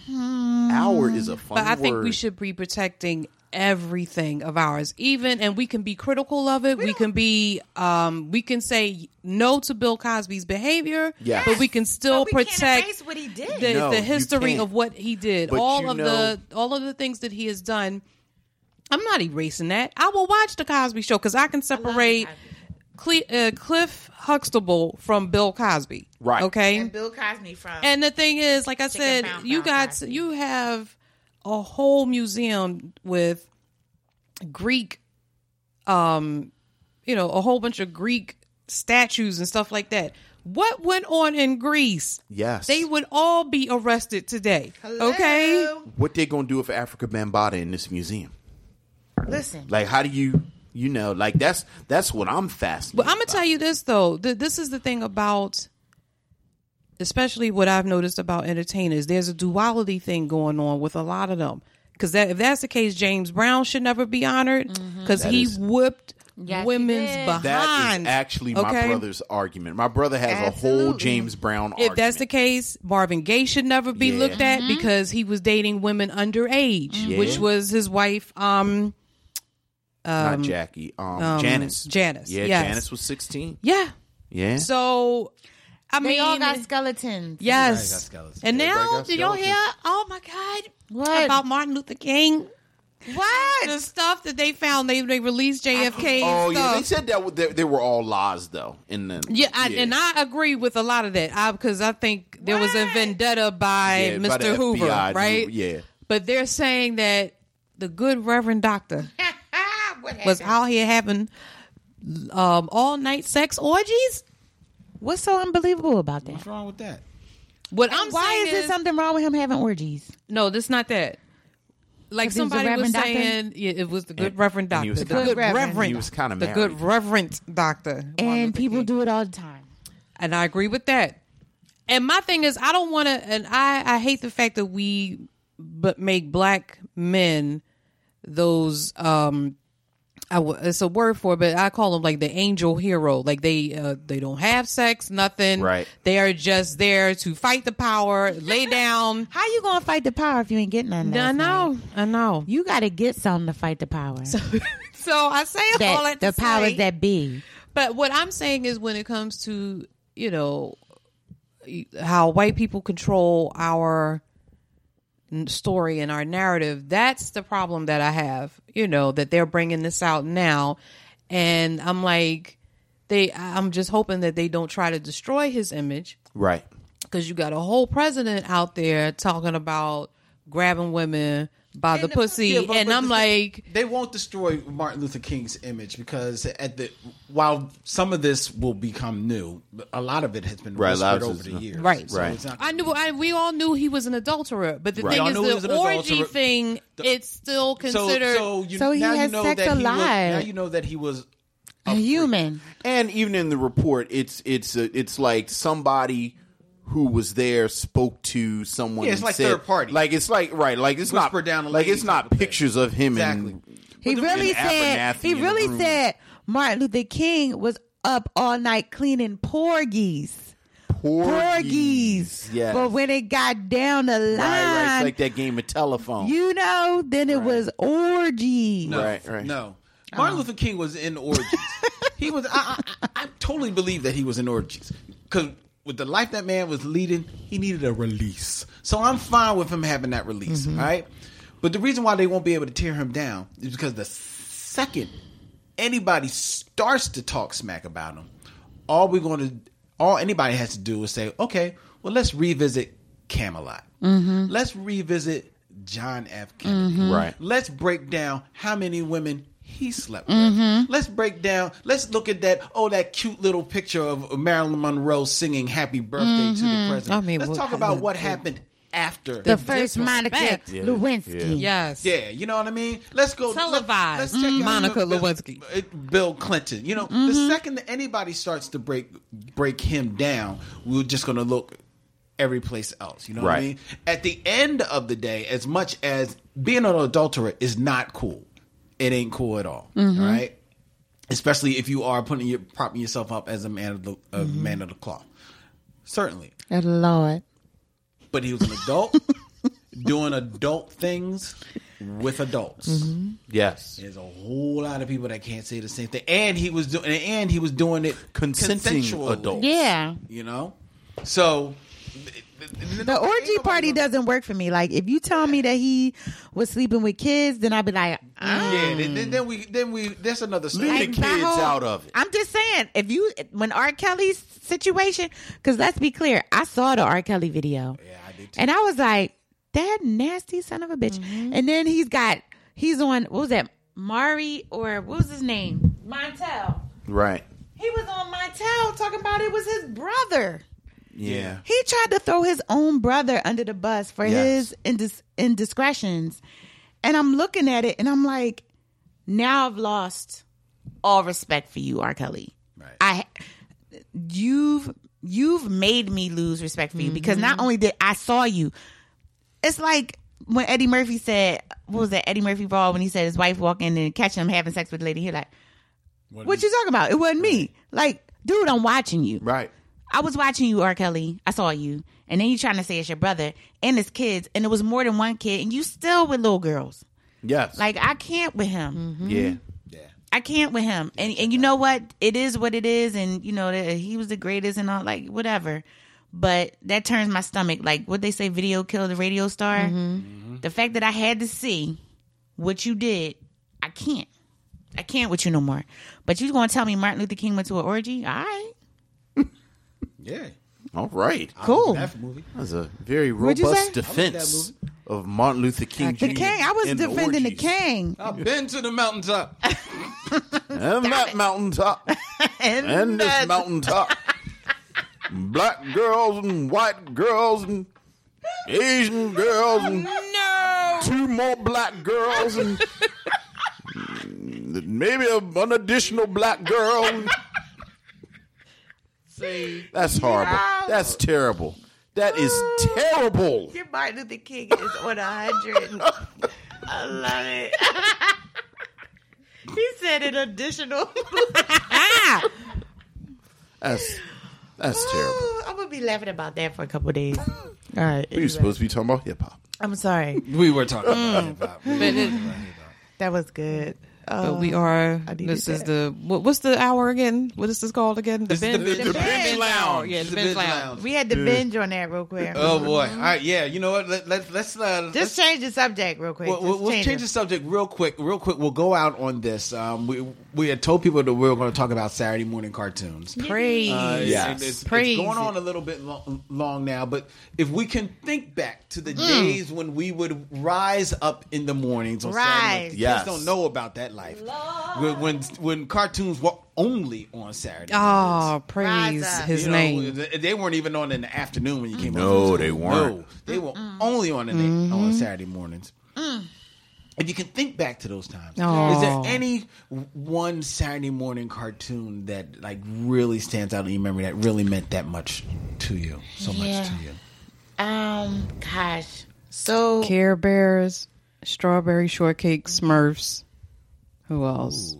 B: Hour is a funny
D: Hmm. But I think
B: word.
D: we should be protecting everything of ours, even and we can be critical of it. We, can be, um, we can say no to Bill Cosby's behavior,
B: Yes.
D: but we can still
C: But we can't
D: protect
C: erase what he did.
D: the,
B: No,
D: the
B: you
D: history
B: can't.
D: of what he did,
B: But
D: all
B: you
D: of
B: know-
D: the all of the things that he has done. I'm not erasing that. I will watch the Cosby Show because I can separate Cle- uh, Cliff Huxtable from Bill Cosby.
B: Right.
D: Okay.
C: bill cosby from
D: And the thing is, like I said,
C: found
D: you
C: found
D: got
C: Cosby.
D: you have a whole museum with Greek, um, you know, a whole bunch of Greek statues and stuff like that. What went on in Greece?
B: Yes.
D: they would all be arrested today. Okay,
B: what they gonna do with Africa Bambata in this museum?
C: Listen.
B: Like, how do you, you know, like that's that's what I'm fascinated.
D: But I'm gonna tell you this though. Th- this is the thing about, especially what I've noticed about entertainers. There's a duality thing going on with a lot of them. Because that, if that's the case, James Brown should never be honored because
B: That
D: he
B: is-
D: whipped
C: Mm-hmm. Yes, he
D: women's
C: did.
D: behind.
B: That is actually my
D: okay?
B: brother's argument. My brother has a whole
C: Absolutely.
B: James Brown
D: If
B: argument.
D: that's the case, Marvin Gaye should never be
B: Yeah.
D: looked
C: Mm-hmm.
D: at because he was dating women underage, which
B: Yeah.
D: was his wife. Um,
B: not Jackie, um, Janice,
D: Janice,
B: yeah,
D: yes.
B: Janice was 16.
D: yeah.
B: Yeah,
D: So, I
C: They
D: mean,
C: all got skeletons.
D: Yes.
A: Everybody got skeletons.
D: And
B: Everybody
D: now,
B: got
D: did y'all hear?
B: skeletons.
D: Oh my God!
C: What?
D: about Martin Luther King?
C: What?
D: The stuff that they found they they released JFK.
B: Oh
D: and
B: yeah, they
D: stuff.
B: said that w- they, they were all lies though. In the
D: yeah, I, and I agree with a lot of that because I, think there was a vendetta by
B: Yeah,
D: Mr.
B: by the
D: Hoover,
B: FBI,
D: right?
B: yeah.
D: But they're saying that the good Reverend Doctor was out here having um, all night sex orgies.
C: What's so unbelievable about that?
A: What's wrong with that?
D: What I'm
C: Why
D: saying
C: is there something wrong with him having orgies?
D: No, that's not that. Like
C: If he was a
D: somebody was,
C: reverend doctor?
D: saying, yeah, it was the good
B: And-
D: Reverend
B: and
D: Doctor,
B: he was
D: the
B: kinda-
D: good
C: Reverend.
D: Reverend,
B: He was kinda
D: the good
B: married.
D: Reverend Doctor,
C: And people do it all the time.
D: and I agree with that. And my thing is, I don't want to, and I I hate the fact that we but make black men those um. I w- it's a word for it, but I call them like the angel hero. Like they uh, they don't have sex, nothing.
B: Right.
D: They are just there to fight the power, lay down.
C: How you gonna fight the power if you ain't getting none?
D: I
C: last night?
D: know, I know.
C: You got to get something to fight the power.
D: So I say
C: that,
D: all that
C: the
D: to
C: powers
D: say-
C: that be.
D: But what I'm saying is, when it comes to you know how white people control our n- story and our narrative, that's the problem that I have. You know that they're bringing this out now, and I'm like, they. I- I'm just hoping that they don't try to destroy his image
B: right.
D: because you got a whole president out there talking about grabbing women by the, pussy,
A: Yeah, but-
D: and
A: but
D: I'm
A: the-
D: like.
A: they won't destroy Martin Luther King's image because at the while some of this will become new, a lot of it has been
B: Right, a lot
A: whispered
B: of
A: over
B: it's
A: the
B: not-
A: years.
D: Right.
A: So
B: Right.
A: it's not-
D: I knew. I, we all knew he was an adulterer, but the
B: Right.
A: Y'all
D: thing
A: knew he
D: is,
A: was an
D: the orgy
A: adulterer.
D: thing
A: The-
D: it's still
A: so,
D: considered.
A: so, you,
C: So he
A: now you
C: has
A: know
C: sex
A: that he
C: alive.
A: Was, now you know that he was.
C: A human.
B: And even in the report, it's it's uh, it's like somebody who was there spoke to someone.
A: Yeah, it's
B: and
A: like
B: said-
A: third party.
B: Like it's like right. Like it's
A: Whisper
B: not
A: down a
B: like
A: lady
B: it's
A: type
B: not
A: of thing.
B: pictures of him.
A: Exactly.
B: And,
C: He really
B: in
C: said.
B: Abernathy
C: He
B: in the
C: really
B: room.
C: said Martin Luther King was up all night cleaning porgies. Porgies.
B: Yes.
C: But when it got down the line,
B: right, right. It's like that game of telephone.
C: you know, then it was orgies.
A: No,
B: Right, right.
A: No, Martin Luther King was in orgies. he was. I, I, I totally believe that he was in orgies because with the life that man was leading, he needed a release. So I'm fine with him having that release, right? But the reason why they won't be able to tear him down is because the second anybody starts to talk smack about him, all we're going to, all anybody has to do is say, okay, well, let's revisit Camelot. Let's revisit John F. Kennedy.
B: Right.
A: Let's break down how many women he slept with.
D: Mm-hmm.
A: Let's break down. Let's look at that. Oh, that cute little picture of Marilyn Monroe singing "Happy Birthday" to the president.
D: Mm-hmm. I mean,
A: let's
D: what-
A: talk about what happened after.
C: The first Monica
D: disrespect.
C: Lewinsky.
D: yes,
A: yeah, you know what I mean. Let's go let-
D: Televised.
A: Let's check out
D: Mm-hmm. Monica
A: Bill- uh,
D: Lewinsky. Mm-hmm.
A: Bill Clinton. You know, the second that anybody starts to break break him down, we're just going to look every place else. You know what I
B: Right.
A: mean? At the end of the day, as much as being an adulterer is not cool, it ain't cool at all.
D: Mm-hmm.
A: right? Especially if you are putting your propping yourself up as a man of the a
D: Mm-hmm.
A: man of the cloth. Certainly,
C: Oh, Lord.
A: but he was an adult doing adult things with adults.
D: Mm-hmm.
B: yes.
A: There's a whole lot of people that can't say the same thing, and he was doing, and he was doing it
B: Consenting
A: consensual,
B: adults.
C: Yeah.
A: You know, so
C: The orgy party doesn't work for me. Like, if you tell me that he was sleeping with kids, then I'd be like, ah.
A: yeah. Then, then- then we, then we. That's another story.
B: Leave the
C: Like, my
B: kids
C: whole-
B: out of it.
C: I'm just saying, if you when R. Kelly's situation, because let's be clear, I saw the R. Kelly video, yeah, I did, and I was like, that nasty son of a bitch. And then he's got he's on what was that Mari or what was his name Montel?
B: Right.
C: He was on Montel talking about it was his brother.
B: Yeah.
C: He tried to throw his own brother under the bus for
B: Yes.
C: his indis- indiscretions. And I'm looking at it and I'm like, Now I've lost all respect for you, R. Kelly.
A: Right.
C: I you've you've made me lose respect for you because not only did I saw you, it's like when Eddie Murphy said, what was that Eddie Murphy ball when he said his wife walked in and catching him having sex with a lady? He like, what you talking about? It wasn't me. Like, dude, I'm watching you.
B: Right.
C: I was watching you, R. Kelly. I saw you. And then you trying to say it's your brother and his kids, and it was more than one kid, and you still with little girls.
B: Yes.
C: Like mm-hmm. I can't with him.
B: yeah.
A: Yeah.
C: I can't with him. And and you know what? It is what it is. And you know that he was the greatest and all like whatever. But that turns my stomach. Like what they say, video killed the radio star. The fact that I had to see what you did, I can't. I can't with you no more. But you gonna tell me Martin Luther King went to an orgy? All right,
A: Yeah.
B: All right.
C: cool.
A: That movie.
B: That was a very
C: you say?
B: robust
C: I
B: defense of Martin Luther King Jr.
C: The king. I was
B: and the
C: defending the,
B: orgies.
C: king
A: I've been to the mountaintop.
B: And that mountaintop.
C: and,
B: and this
C: that-
B: mountaintop. Black girls and white girls and Asian girls and
C: No.
B: two more black girls and maybe a, an additional black girl.
C: See,
B: That's horrible.
C: Wow.
B: That's terrible. That is terrible.
C: your Martin Luther King is on a hundred. I love it. he said an additional.
B: That's that's terrible.
C: I'm gonna be laughing about that for a couple of days. All right.
B: We were supposed to be talking about hip hop.
C: I'm sorry.
A: We were talking about hip hop. We were
D: But it-
A: talking about hip hop.
C: That was good. Uh,
D: But we are.
C: needed
D: This is
C: that.
D: the what, what's the hour again? What is this called again? The
A: This is
D: bin-
A: the- the
D: bin-
A: Ben's
D: bin
A: Lounge.
D: Yeah,
A: This is
D: the
A: the Ben's
D: Ben's Lounge.
A: Lounge.
C: We had to binge on that real quick.
A: Oh boy! All right, yeah. You know what? Let, let, let's uh,
C: Just
A: let's
C: change the subject real quick.
A: we'll, we'll,
C: Just
A: we'll change the
C: it.
A: subject real quick. Real quick, we'll go out on this. Um, we we had told people that we were going to talk about Saturday morning cartoons.
D: Praise.
A: Uh, it's-
B: Yes.
A: it's, it's
D: Praise
A: going
D: it.
A: on a little bit lo- long now, but if we can think back to
D: Mm.
A: the days when we would rise up in the mornings on Saturday, morning,
C: Rise.
A: kids
B: Yes.
A: don't know about that life. When, when when cartoons were only on Saturday. mornings.
D: Oh, praise
C: Rise up.
D: his
A: You know,
D: name.
A: th- they weren't even on in the afternoon when you came.
B: No,
A: home from
B: they
A: school.
B: weren't.
A: No, they were only on in the,
D: Mm-hmm.
A: on Saturday mornings.
D: Mm.
A: If you can think back to those times, is
D: Oh.
A: there any one Saturday morning cartoon that like really stands out in your memory that really meant that much to you, so
C: Yeah.
A: much to you?
C: Um, gosh. So
D: Care Bears, Strawberry Shortcake, Smurfs. Who else?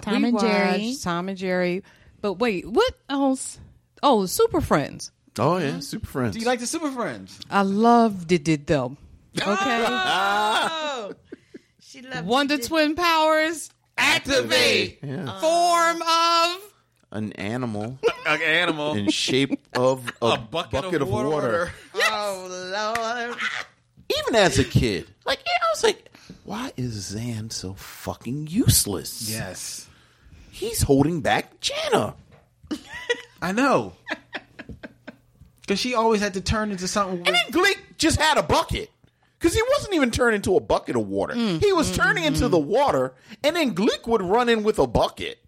C: Tom
D: We
C: and Jerry.
D: watched Tom and Jerry. But wait, what else? Oh, Super Friends.
B: Oh yeah, super friends.
A: Do you like the Super Friends?
D: I loved it, did though. Okay.
C: Oh, she loved
D: Wonder Twin Powers. Activate.
B: Yeah.
D: Form of.
B: an animal
A: Like an animal,
B: in shape of a, bucket, of, water.
C: Oh Lord.
B: Even as a kid, like yeah, I was like, why is Zan so fucking useless?
A: Yes,
B: he's holding back Jana.
A: I know. Because she always had to turn into something.
B: And then Glick just had a bucket. Because he wasn't even turned into a bucket of water.
D: Mm.
B: He was turning into the water, and then Glick would run in with a bucket.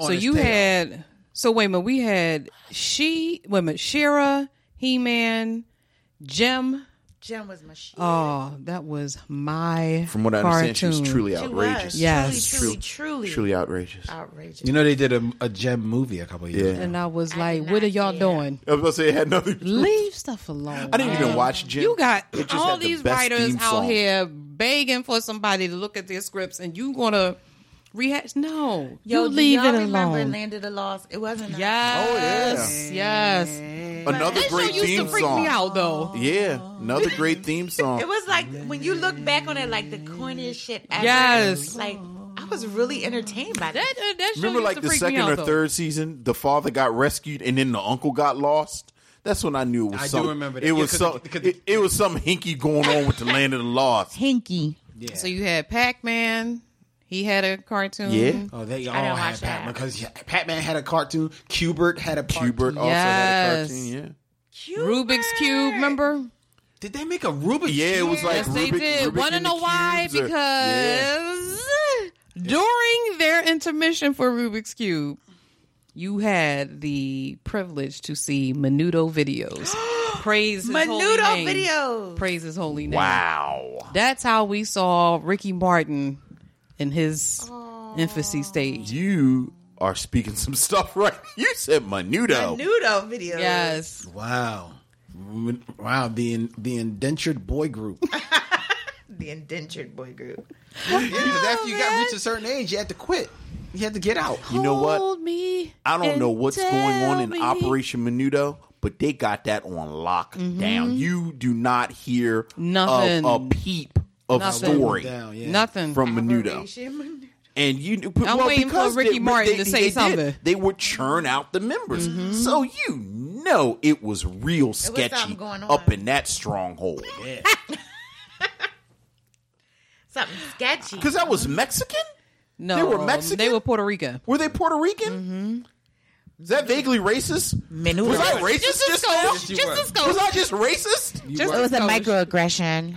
A: on
D: So
A: his
D: you
A: tail.
D: had. So wait a minute. We had she. Wait a minute. Shira, He Man, Jim.
C: Jim was my shit.
D: Oh, that was my.
B: From what I
D: cartoon.
B: understand, she was truly
C: She
B: outrageous.
C: was.
D: Yes.
C: Truly,
B: Truly,
C: truly, truly,
B: outrageous.
C: outrageous.
A: You know they did a, a gem movie a couple of years
B: Yeah.
A: ago.
D: And I was
C: I
D: like,
C: did not
D: "What are y'all
C: care.
D: doing?
B: I was about to say it had nothing. to do-
D: Leave stuff alone."
B: I didn't even watch Jim.
D: You got
B: It just
D: all
B: had the
D: these
B: best
D: writers
B: theme
D: out
B: song.
D: here begging for somebody to look at their scripts, and you gonna rehash? No,
C: Yo,
D: you
C: do
D: leave
C: y'all
D: it
C: remember
D: alone.
C: Land of the Lost? It wasn't.
D: Yes, yes.
B: Another
D: That show
B: Oh, great
D: used to
B: theme
D: freak
B: song.
D: me out, though.
B: Yeah, another great theme
C: It
B: song.
C: was like when you look back on it, like the corniest shit ever.
D: Yes.
C: Like I was really entertained by
D: That,
C: that.
D: uh, that show
B: Remember,
D: used
B: like
D: to
B: the
D: freak me
B: second
D: out,
B: or
D: though.
B: third season, the father got rescued, and then the uncle got lost. That's when I knew it was
A: I do
B: something.
A: remember that.
B: It
A: Yeah,
B: was
A: 'cause
B: some.
A: the- 'cause the-
B: It, it was some hinky going on with the land of the lost.
C: Hinky.
A: Yeah.
D: So you had Pac Man. He had a cartoon.
B: Yeah.
A: Oh, they all
C: didn't
A: had
C: watch
A: Pac-Man
C: that.
A: because yeah, Pac-Man had a cartoon. Cubert had a cartoon.
B: Hubert also had a
D: Yes.
B: cartoon. Yeah.
D: Rubik's Cube. Remember?
A: Did they make a Rubik's?
B: Yeah, it was
A: Cube?
B: like
D: Yes, they
B: Rubik-
D: did.
B: Rubik
D: Want to
B: and the
D: know why?
B: cubes or-
D: Because during their intermission for Rubik's Cube, you had the privilege to see Menudo videos. Praise his holy
C: Menudo
D: name.
C: video.
D: Praise his holy name.
B: Wow.
D: That's how we saw Ricky Martin in his infancy stage.
B: You are speaking some stuff right. You said Menudo.
F: Nudo video.
D: Yes.
A: Wow. Wow, the in, the indentured boy group.
F: The indentured boy group.
A: Because after you got reached a certain age, you had to quit. You had to get out.
B: You know what?
G: Hold me.
B: I don't know what's
G: and
B: going on in
G: tell me.
B: Operation Menudo, but they got that on lockdown. You do not hear
D: Mm-hmm. Nothing.
B: A, a peep of
D: Nothing.
B: story
A: Down, yeah.
B: Mm-hmm.
D: Nothing.
B: from Menudo. And you,
D: I'm
B: well,
D: waiting for
B: because
D: Ricky
B: they-
D: Martin
B: they-
D: to say
B: they did.
D: something.
B: They would churn out the members, so you know it was real sketchy
C: something going
B: up
C: on.
B: in that stronghold.
C: Something sketchy.
B: Because that was Mexican.
D: No,
B: They were Mexican?
D: They were Puerto Rican.
B: Were they Puerto Rican? Is that vaguely racist?
F: Menudo.
B: Was I racist just, now?
D: Just a
B: Was
D: skosh.
B: I just racist?
G: It was a microaggression.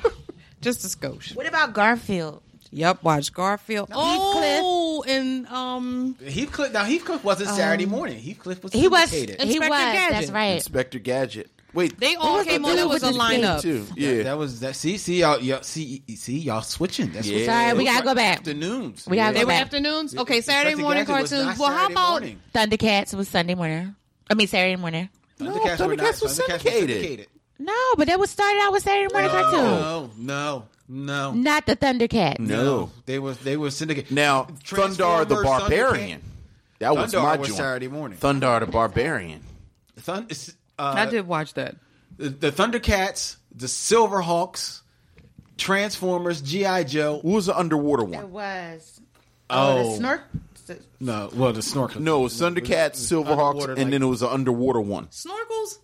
D: Just a skosh.
C: what about Garfield?
D: Yep. Watch Garfield. Oh, and um,
A: Heathcliff. Now Heathcliff wasn't Saturday morning. Heathcliff was.
G: Um, He was.
A: syndicated.
G: He was.
D: Inspector Gadget.
G: That's right.
B: Inspector Gadget. Wait,
D: they all
G: was the
D: came on.
G: dude
D: That was a
G: with the skate?
D: lineup.
B: too.
A: Yeah,
B: Yeah.
A: that was that. See, see y'all, y'all see, see y'all switching. That's what
B: Yeah.
G: Sorry, we
A: it
G: gotta
A: was
G: go back.
A: Afternoons.
G: We gotta
D: They
G: go
D: were
G: back.
D: afternoons. Okay, Saturday morning
A: Gadget was not
D: cartoons. Well, how
A: Saturday
D: about
A: morning.
G: Thundercats was Sunday morning. I mean Saturday morning.
B: No,
A: Thundercats were not-
B: Thundercats was
A: Thundercats
B: syndicated.
G: No, but that was started out with Saturday morning cartoon.
A: No, no, no,
G: Not the Thundercats.
B: No.
A: They were they were syndicated.
B: Now, Thundar the
A: Transformers,
B: Barbarian. That was
A: Thundar
B: my
A: was
B: joint.
A: Saturday morning.
B: Thundar the Barbarian.
A: Thundercat- Thun, uh,
D: I did watch that.
A: the, the Thundercats, the Silverhawks, Transformers, GI Joe.
B: What was the underwater
C: It
B: one?
C: was.
A: Oh,
C: The snork. The
A: no, well the snorkel.
B: No, it was Thundercats, Silverhawks,
A: underwater,
B: and
A: like-
B: then it was an underwater one.
D: Snorkels.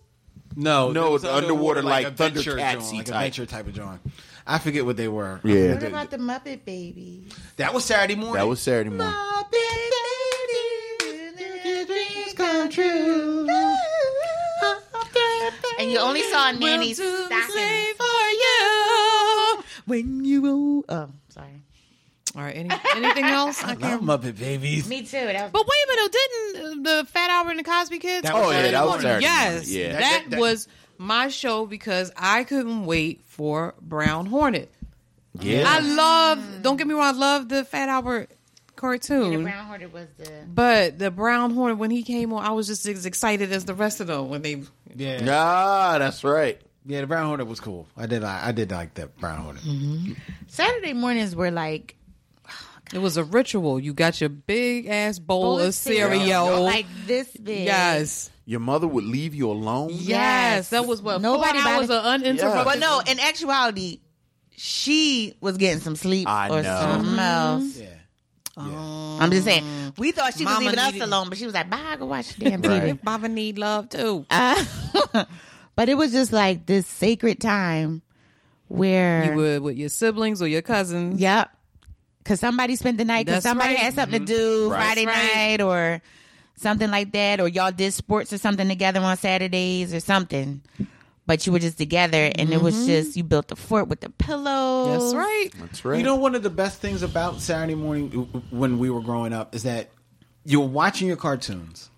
A: No,
B: No,
A: there was
B: the underwater, like,
A: adventure
B: Thundercats-y
A: drawing, like
B: type.
A: adventure type of drawing. I forget what they were.
B: Yeah.
C: what about the Muppet Baby?
A: That was Saturday morning.
B: That was Saturday morning.
C: And you only saw Nanny's
D: Will do the
C: stocking.
D: same for you when you will.
C: Oh, sorry.
D: All right. Any, anything else? I
A: Love
D: can't.
A: Muppet Babies.
C: Me too. That was
D: But wait a minute! Didn't uh, the Fat Albert and the Cosby Kids?
A: That was
B: Oh, yeah, that was Saturday
D: Yes,
B: morning. Yeah.
D: that,
A: That- that-
D: was my show because I couldn't wait for Brown Hornet.
B: Yeah.
D: I love. Don't get me wrong. I love the Fat Albert
C: the
D: cartoon.
C: brown hoarder was the.
D: But the Brown Hornet, when he came on, I was just as excited as the rest of them when they
A: Yeah.
B: Ah, that's right.
A: Yeah, the brown hornet was cool. I did I, I did like that brown hornet.
C: Mm-hmm. Saturday mornings were like
D: It was a ritual. You got your big ass bowl of cereal.
C: like this big.
D: Yes.
B: Your mother would leave you alone?
D: Yes. That was what
C: Nobody
D: Nobody four hours
C: bothered-
D: of uninterrupted.
C: But no, in actuality, she was getting some sleep
B: I
C: or
B: know.
C: something else.
A: Yeah.
C: I'm just saying. We thought she was
D: Mama
C: leaving us
D: needed-
C: alone, but she was like, "Bye, go watch the damn TV."
B: Right.
D: Mama need love too.
C: Uh, but it was just like this sacred time where
D: you would with your siblings or your cousins.
C: yep because somebody spent the night because
D: Mm-hmm. That's
C: somebody
D: right.
C: had something to do
B: Right.
C: friday
D: That's right.
C: night or something like that or y'all did sports or something together on saturdays or something but you were just together and it was just you built a fort with the pillows
D: Mm-hmm. That's right.
B: That's right.
A: You know, one of the best things about Saturday morning w- w- when we were growing up is that you're watching your cartoons,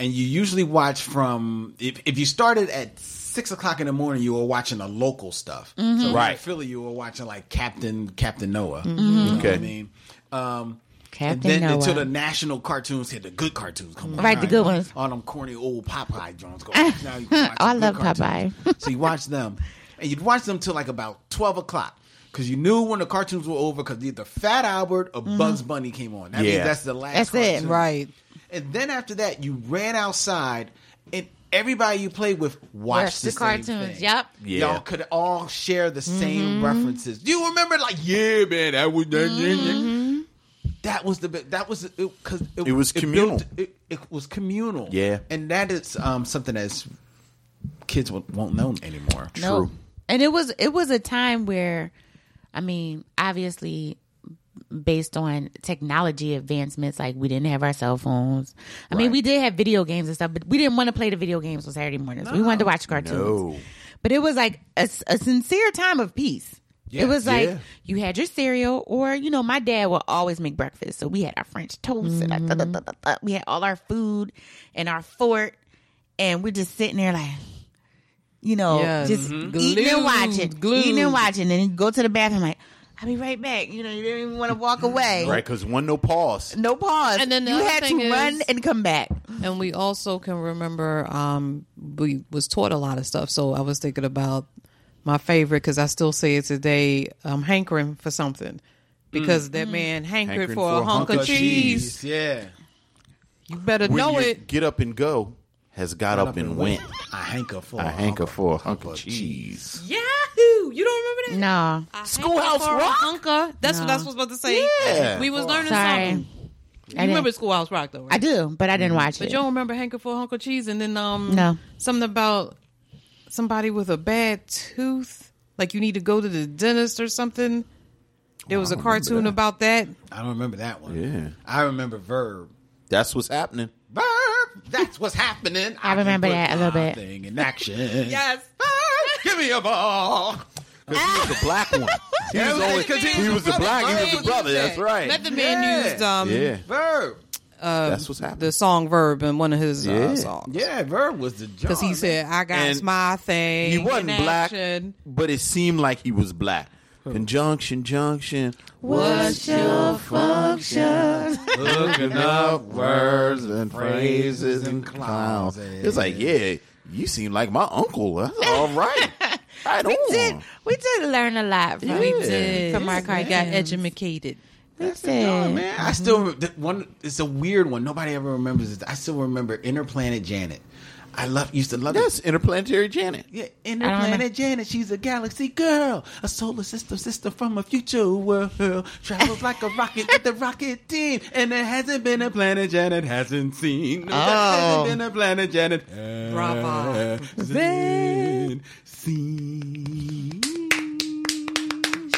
A: and you usually watch from if if you started at six o'clock in the morning, you were watching the local stuff.
C: Mm-hmm.
A: So
B: Right.
A: in Philly, you were watching like Captain Captain Noah. You know
B: Okay.
A: what I mean. Um, and
C: captain
A: then
C: Noah.
A: until the national cartoons hit the good cartoons come on,
C: Right, the good ones.
A: All them corny old Popeye Jones. Go, now you can watch
C: I
A: the
C: love
A: good cartoons.
C: Popeye.
A: so you watch them, and you'd watch them till like about twelve o'clock because you knew when the cartoons were over because either Fat Albert or Bugs Bunny came on. That
B: Yeah.
A: means that's the last.
C: That's it.
A: cartoon.
D: Right.
A: And then after that, you ran outside, and everybody you played with watched
C: Watch
A: the,
C: the cartoons,
A: Same thing.
C: yep.
B: Yeah.
A: Y'all could all share the same references. Do you remember? Like, yeah, man, that was that. yeah, yeah." That was the bit. That was because it,
B: It was communal.
A: built- It, it was communal.
B: Yeah.
A: and that is um, something that's kids won't, won't know anymore.
C: Nope.
B: True.
C: and it was it was a time where i mean obviously based on technology advancements like we didn't have our cell phones i mean we did have video games and stuff but we didn't want to play the video games on saturday mornings we wanted to watch cartoons
B: No.
C: but it was like a, s- a sincere time of peace
A: Yeah.
C: it was like
B: Yeah.
C: you had your cereal or you know my dad would always make breakfast so we had our french toast and
B: Mm-hmm.
C: our da- da- da- da- da. we had all our food and our fort and we're just sitting there like you know,
D: Yes.
C: just
D: Mhm.
C: eating and
D: Glued,
C: watching,
D: glued.
C: eating and watching, and then you go to the bathroom like, I'll be right back. You know, you didn't even want to walk away.
B: right? Because one no pause.
C: No pause.
D: And then the
C: you
D: other
C: had to
D: thing is-
C: run and come back.
D: and we also can remember um, we was taught a lot of stuff. So I was thinking about my favorite because I still say it today. I'm hankering for something because that man hankered
B: Hankering
D: Mm. for, a hunk, of cheese.
A: Yeah.
D: You better
B: When
D: know
B: your
D: it.
B: Get up and go has got, up, and went.
A: I hanker for.
B: I
A: a
B: hanker
A: hunk
B: for a hunk of cheese.
D: Yahoo! You don't remember that?
C: No.
B: Schoolhouse
D: For a
B: Rock?
D: Hunker. That's what I
C: No.
D: was about to say.
B: Yeah.
D: We was learning
C: Sorry.
D: something. You
C: I didn't-
D: remember Schoolhouse Rock though, right?
C: I do, but I didn't
B: Mm-hmm.
C: watch
D: But
C: it.
D: you don't remember Hanker for a Hunk of Cheese and then um
C: No.
D: something about somebody with a bad tooth. Like you need to go to the dentist or something. There was a cartoon about that.
A: I don't remember that one.
B: Yeah.
A: I remember verb.
B: That's what's happening.
A: Verb. That's what's happening.
C: I remember
A: can put
C: that a little
A: my
C: bit.
A: Thing in action.
D: Yes.
B: Oh,
A: Give me a ball.
D: Ah!
B: He was the black one. He was,
A: Yeah,
B: only,
A: because he
B: he
A: was
B: was
A: the
B: the black.
A: brother.
B: He was the brother. That's right.
D: Method Man
A: Yeah.
D: used um
B: Yeah,
A: Verb.
B: that's what's happening.
D: the song Verb in one of his
B: Yeah.
D: uh, songs.
A: Yeah, verb was the job.
D: Because he said, I got
B: And
D: my thing.
B: he wasn't
D: in
B: black,
D: action."
B: but it seemed like he was black. Conjunction, junction. What's your function?
A: looking
B: Up words and phrases and clowns. It's like, yeah, you seem like my uncle. That's all right. Right on.
C: did, we did learn a lot from,
B: We did.
C: from our
D: I
C: cartoons.
D: got edumacated.
C: We
A: Oh,
C: did.
A: man, I still remember that one. It's a weird one. Nobody ever remembers it. I still remember Interplanet Janet. I love used to love it.
B: That's interplanetary Janet.
A: Yeah, Interplanet Janet, she's a galaxy girl, a solar system sister from a future world. Travels like a rocket with the rocket team, and there hasn't been a planet Janet hasn't seen. No,
C: Oh.
A: there hasn't been a planet Janet
D: Bravo.
A: hasn't seen.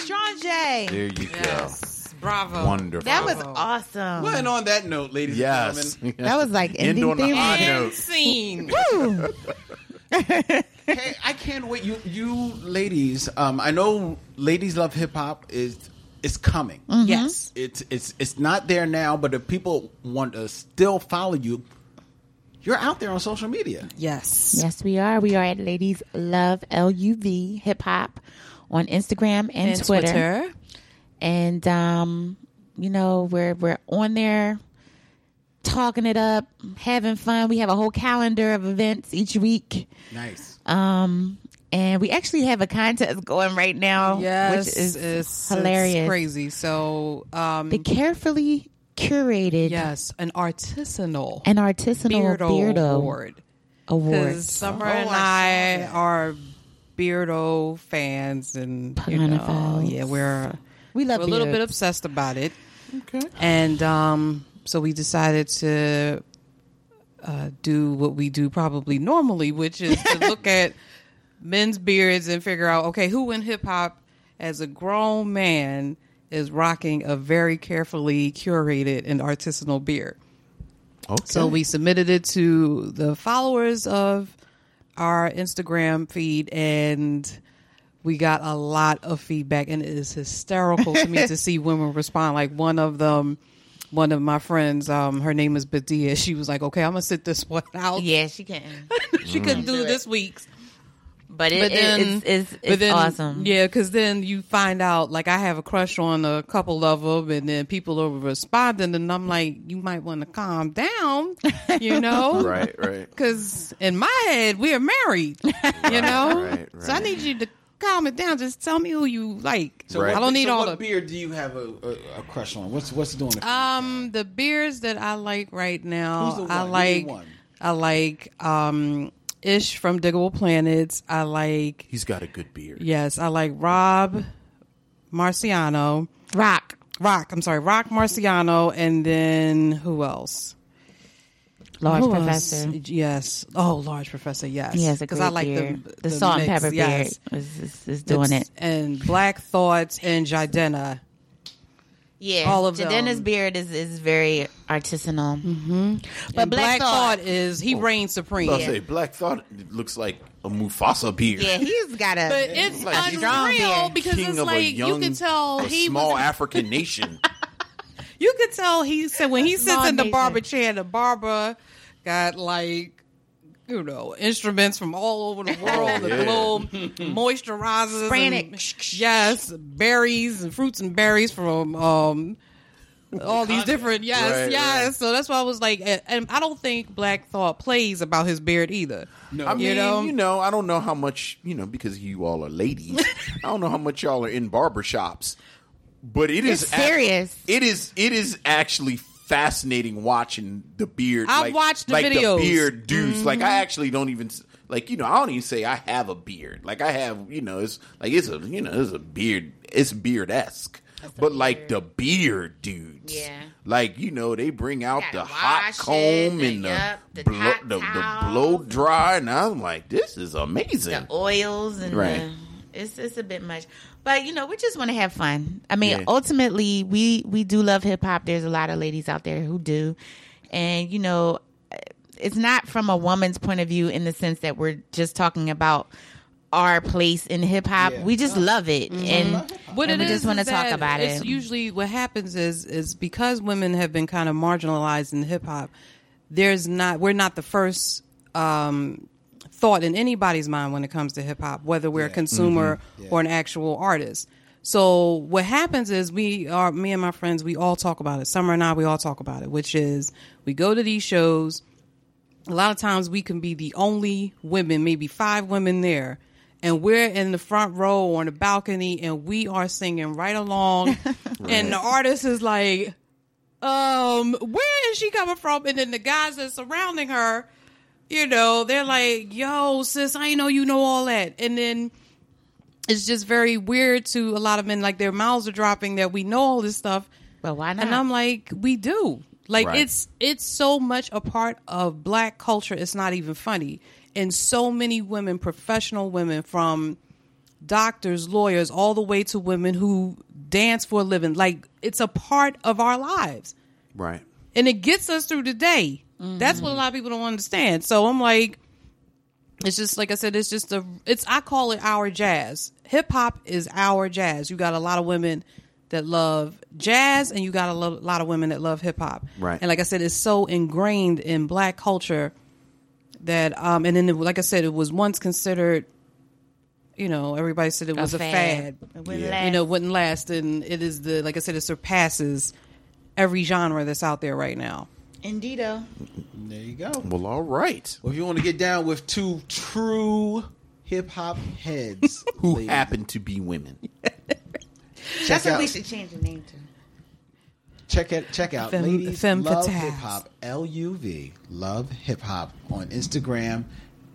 C: Strong J.
B: There you
D: Yes. Bravo.
B: go. Wonderful.
C: That was awesome.
A: Well, and on that note, ladies and
B: yes.
A: gentlemen,
C: That was like
B: End
C: ending
B: on a
C: theme.
B: high
D: And
B: note.
D: scene.
C: Mm-hmm.
A: Hey, I can't wait. You, you ladies. Um, I know ladies love hip hop is is coming.
D: Yes.
A: It's it's it's not there now, but if people want to still follow you, you're out there on social media.
D: Yes.
C: Yes, we are. We are at Ladies Love L U V Hip Hop on Instagram and,
D: And
C: Twitter. and um, you know we're we're on there talking it up, having fun. We have a whole calendar of events each week,
A: Nice.
D: Uh,
C: um, and we actually have a contest going right now,
D: Yes,
C: which is
D: it's-
C: hilarious.
D: it's crazy. So, um,
C: The carefully curated
D: yes, an artisanal
C: and artisanal
D: Beardo,
C: Beardo, Award.
D: award because Summer and I, are Beardo fans, and you know,
C: Ponophiles.
D: yeah, we're
C: We love
D: we're a little bit
C: Beards.
D: obsessed about it,
B: Okay.
D: and um, so we decided to uh, do what we do probably normally, which is to look at men's beards and figure out okay, who in hip hop as a grown man is rocking a very carefully curated and artisanal beard.
B: Okay.
D: So we submitted it to the followers of our Instagram feed and we got a lot of feedback and it is hysterical to me to see women respond. Like one of them one of my friends, um, her name is Badia, she was like, Okay, I'm gonna sit this one out.
C: Yeah, she can,
D: she couldn't do
C: it.
D: this week's.
C: but, Mm-hmm. it,
D: But then
C: it, it's, it's,
D: but
C: it's
D: then-
C: awesome.
D: Yeah, because then you find out like I have a crush on a couple of them, and then people are responding, and I'm like, you might want to calm down, you know?
B: right, right.
D: Because in my head, we are married, you know?
B: right,
D: So I
B: right.
D: need you to calm it down. Just tell me who you like.
A: So
B: Right.
A: what-
D: I don't need
A: so
D: all
A: What
D: the.
A: beer do you have a, a, a crush on? What's what's doing? it for you?
D: um, the beers that I like right now,
A: Who's the
D: I
A: one? Give me
D: like,
A: one.
D: I like, um, Ish from Diggable Planets. I like,
B: He's got a good beard.
D: yes, I like Rob Marciano.
C: Rock.
D: Rock, I'm sorry, Rock Marciano, and then who else?
C: Large
D: Who else?
C: professor.
D: Yes. Oh, large professor. Yes.
C: He has a great
D: I like
C: beard.
D: the
C: The, salt
D: mix,
C: and pepper
D: yes.
C: beard is, is, is doing
D: It's-
C: it.
D: And Black Thoughts and Jadena.
C: Yeah,
D: all of
C: Jadena's
D: them.
C: beard is is very artisanal. Mm-hmm. But
D: And
C: Black, Thought,
D: is he reigns supreme.
B: I Oh. say Black Thought looks like a Mufasa beard.
C: yeah, he's got a.
D: But it's
B: Like he's
D: unreal
C: strong.
D: because
B: King
D: it's
B: of a
D: like
B: young,
D: you could tell
B: a
D: he
B: small
D: was,
B: African nation.
D: you could tell he said when he sits
C: Small
D: in the
C: nation.
D: barber chair, the barber got like you know, instruments from all over the world, the globe, moisturizers,
E: Spraying
D: and-
E: it.
D: yes, berries and fruits and berries from um, all these different, yes,
B: Right,
D: yes. So that's why I was like, and, and I don't think Black Thought plays about his beard either. No,
B: I mean,
D: you know,
B: I don't know how much, you know, because you all are ladies. I don't know how much y'all are in barber shops, but it is
E: It's serious.
B: it is it is actually fascinating watching the beard.
D: I've
B: like-
D: watched the
B: like
D: videos.
B: beard dudes. Like I actually don't even s- like you know. I don't even say I have a beard. Like I have you know. It's like it's a you know it's a beard. It's beard esque. But like the beard dudes,
E: Yeah.
B: Like you know, they bring out
E: Gotta
B: the hot
E: wash it,
B: comb
E: the-
B: and the
E: yup, the
B: blow,
E: hot
B: the, the
E: towels.
B: blow dry, and I'm like, this is
E: the
B: amazing.
E: oils and
B: Right.
E: the, it's it's a bit much. But you know, we just want to have fun. I mean,
B: Yeah.
E: ultimately, we we do love hip hop. There's a lot of ladies out there who do, and you know, it's not from a woman's point of view in the sense that we're just talking about our place in hip hop. We just
D: Oh.
E: love it,
D: Mm-hmm.
E: and
D: What
E: and
D: it
E: we just
D: is
E: want to
D: is
E: talk
D: that
E: about
D: it's
E: it.
D: Usually, what happens is is because women have been kind of marginalized in hip hop. There's not we're not the first um, thought in anybody's mind when it comes to hip hop, whether we're a consumer or an actual artist. So what happens is we are me and my friends we all talk about it. Summer and I we all talk about it, which is we go to these shows a lot of times we can be the only women, maybe five women there, and we're in the front row or on the balcony and we are singing right along. And the artist is like, um, where is she coming from? And then the guys that's surrounding her, you know, they're like, yo, sis, I ain't know you know all that. And then it's just very weird to a lot of men, like their mouths are dropping that we know all this stuff.
E: But why not?
D: And I'm like, we do. Like
B: Right.
D: it's it's so much a part of black culture. It's not even funny. And so many women, professional women from doctors, lawyers, all the way to women who dance for a living. Like it's a part of our lives.
B: Right.
D: And it gets us through the day. That's what a lot of people don't understand. So I'm like it's just like I said, it's just a it's I call it our jazz. Hip hop is our jazz. You got a lot of women that love jazz and you got a lo- lot of women that love hip hop.
B: Right.
D: And like I said, it's so ingrained in black culture that um and then it, like I said, it was once considered you know, everybody said it was a fad.
E: It wouldn't
B: Yeah.
E: last.
D: You know, wouldn't last and it is the like I said, it surpasses every genre that's out there right now.
E: Indeedo.
A: There you go.
B: Well, all right.
A: Well, if you want to get down with two true hip hop heads,
B: Who
A: ladies,
B: happen to be women?
A: check
E: That's what
A: out,
E: we should change the name to.
A: check it, check out,
D: Femme-
A: ladies
D: femme
A: love
D: fatales.
A: hip hop, L U V, love hip hop on Instagram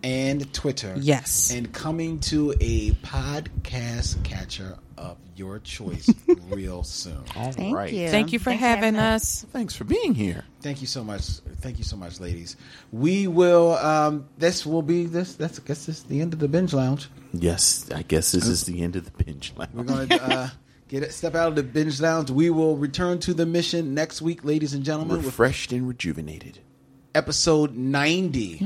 A: and Twitter.
D: Yes.
A: and coming to a podcast catcher of your choice real soon.
B: All right.
E: Thank you.
D: Thank you for
E: Thanks
D: having us.
B: Thanks for being here.
A: Thank you so much. Thank you so much, ladies. We will. Um, this will be this. That's I guess this is the end of the binge lounge.
B: Yes, I guess this is the end of the binge.
A: We're going to uh, get it, step out of the binge lounge. We will return to the mission next week, ladies and gentlemen, with
B: refreshed and rejuvenated.
A: episode 90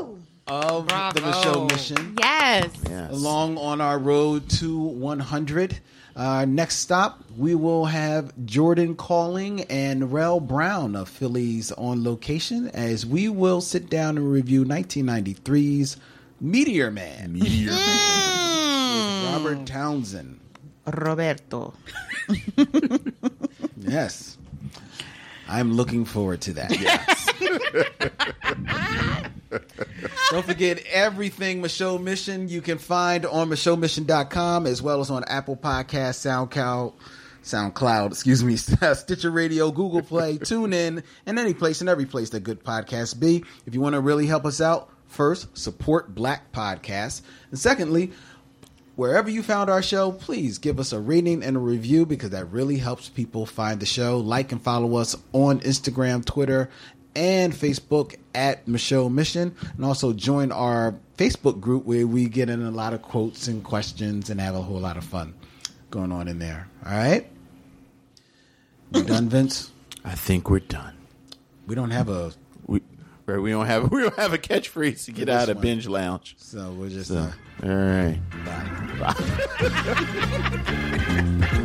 E: Woo!
A: of the Michelle Mission,
E: Yes.
B: Yes.
A: along on our road to 100. Our next stop, we will have Jordan Calling and Rel Brown of Phillies on location as we will sit down and review 1993's Meteor Man,
B: Meteor.
A: Robert Townsend.
E: Roberto.
A: Yes. I'm looking forward to that. Don't forget everything Michelle Mission you can find on MichelleMission.com as well as on Apple Podcast, SoundCloud, SoundCloud, excuse me, Stitcher Radio, Google Play, TuneIn, and any place and every place that good podcasts be. If you want to really help us out, first, support black podcasts. And secondly, Wherever you found our show, please give us a rating and a review because that really helps people find the show. Like and follow us on Instagram, Twitter, and Facebook at Michelle Mission. And also join our Facebook group where we get in a lot of quotes and questions and have a whole lot of fun going on in there. All right? We done, Vince?
B: I think we're done.
A: We don't have a.
B: We right, we don't have we don't have a catchphrase to get
A: this
B: out of
A: one.
B: binge lounge.
A: So we're just.
B: So,
A: Uh,
B: all right.
A: bye.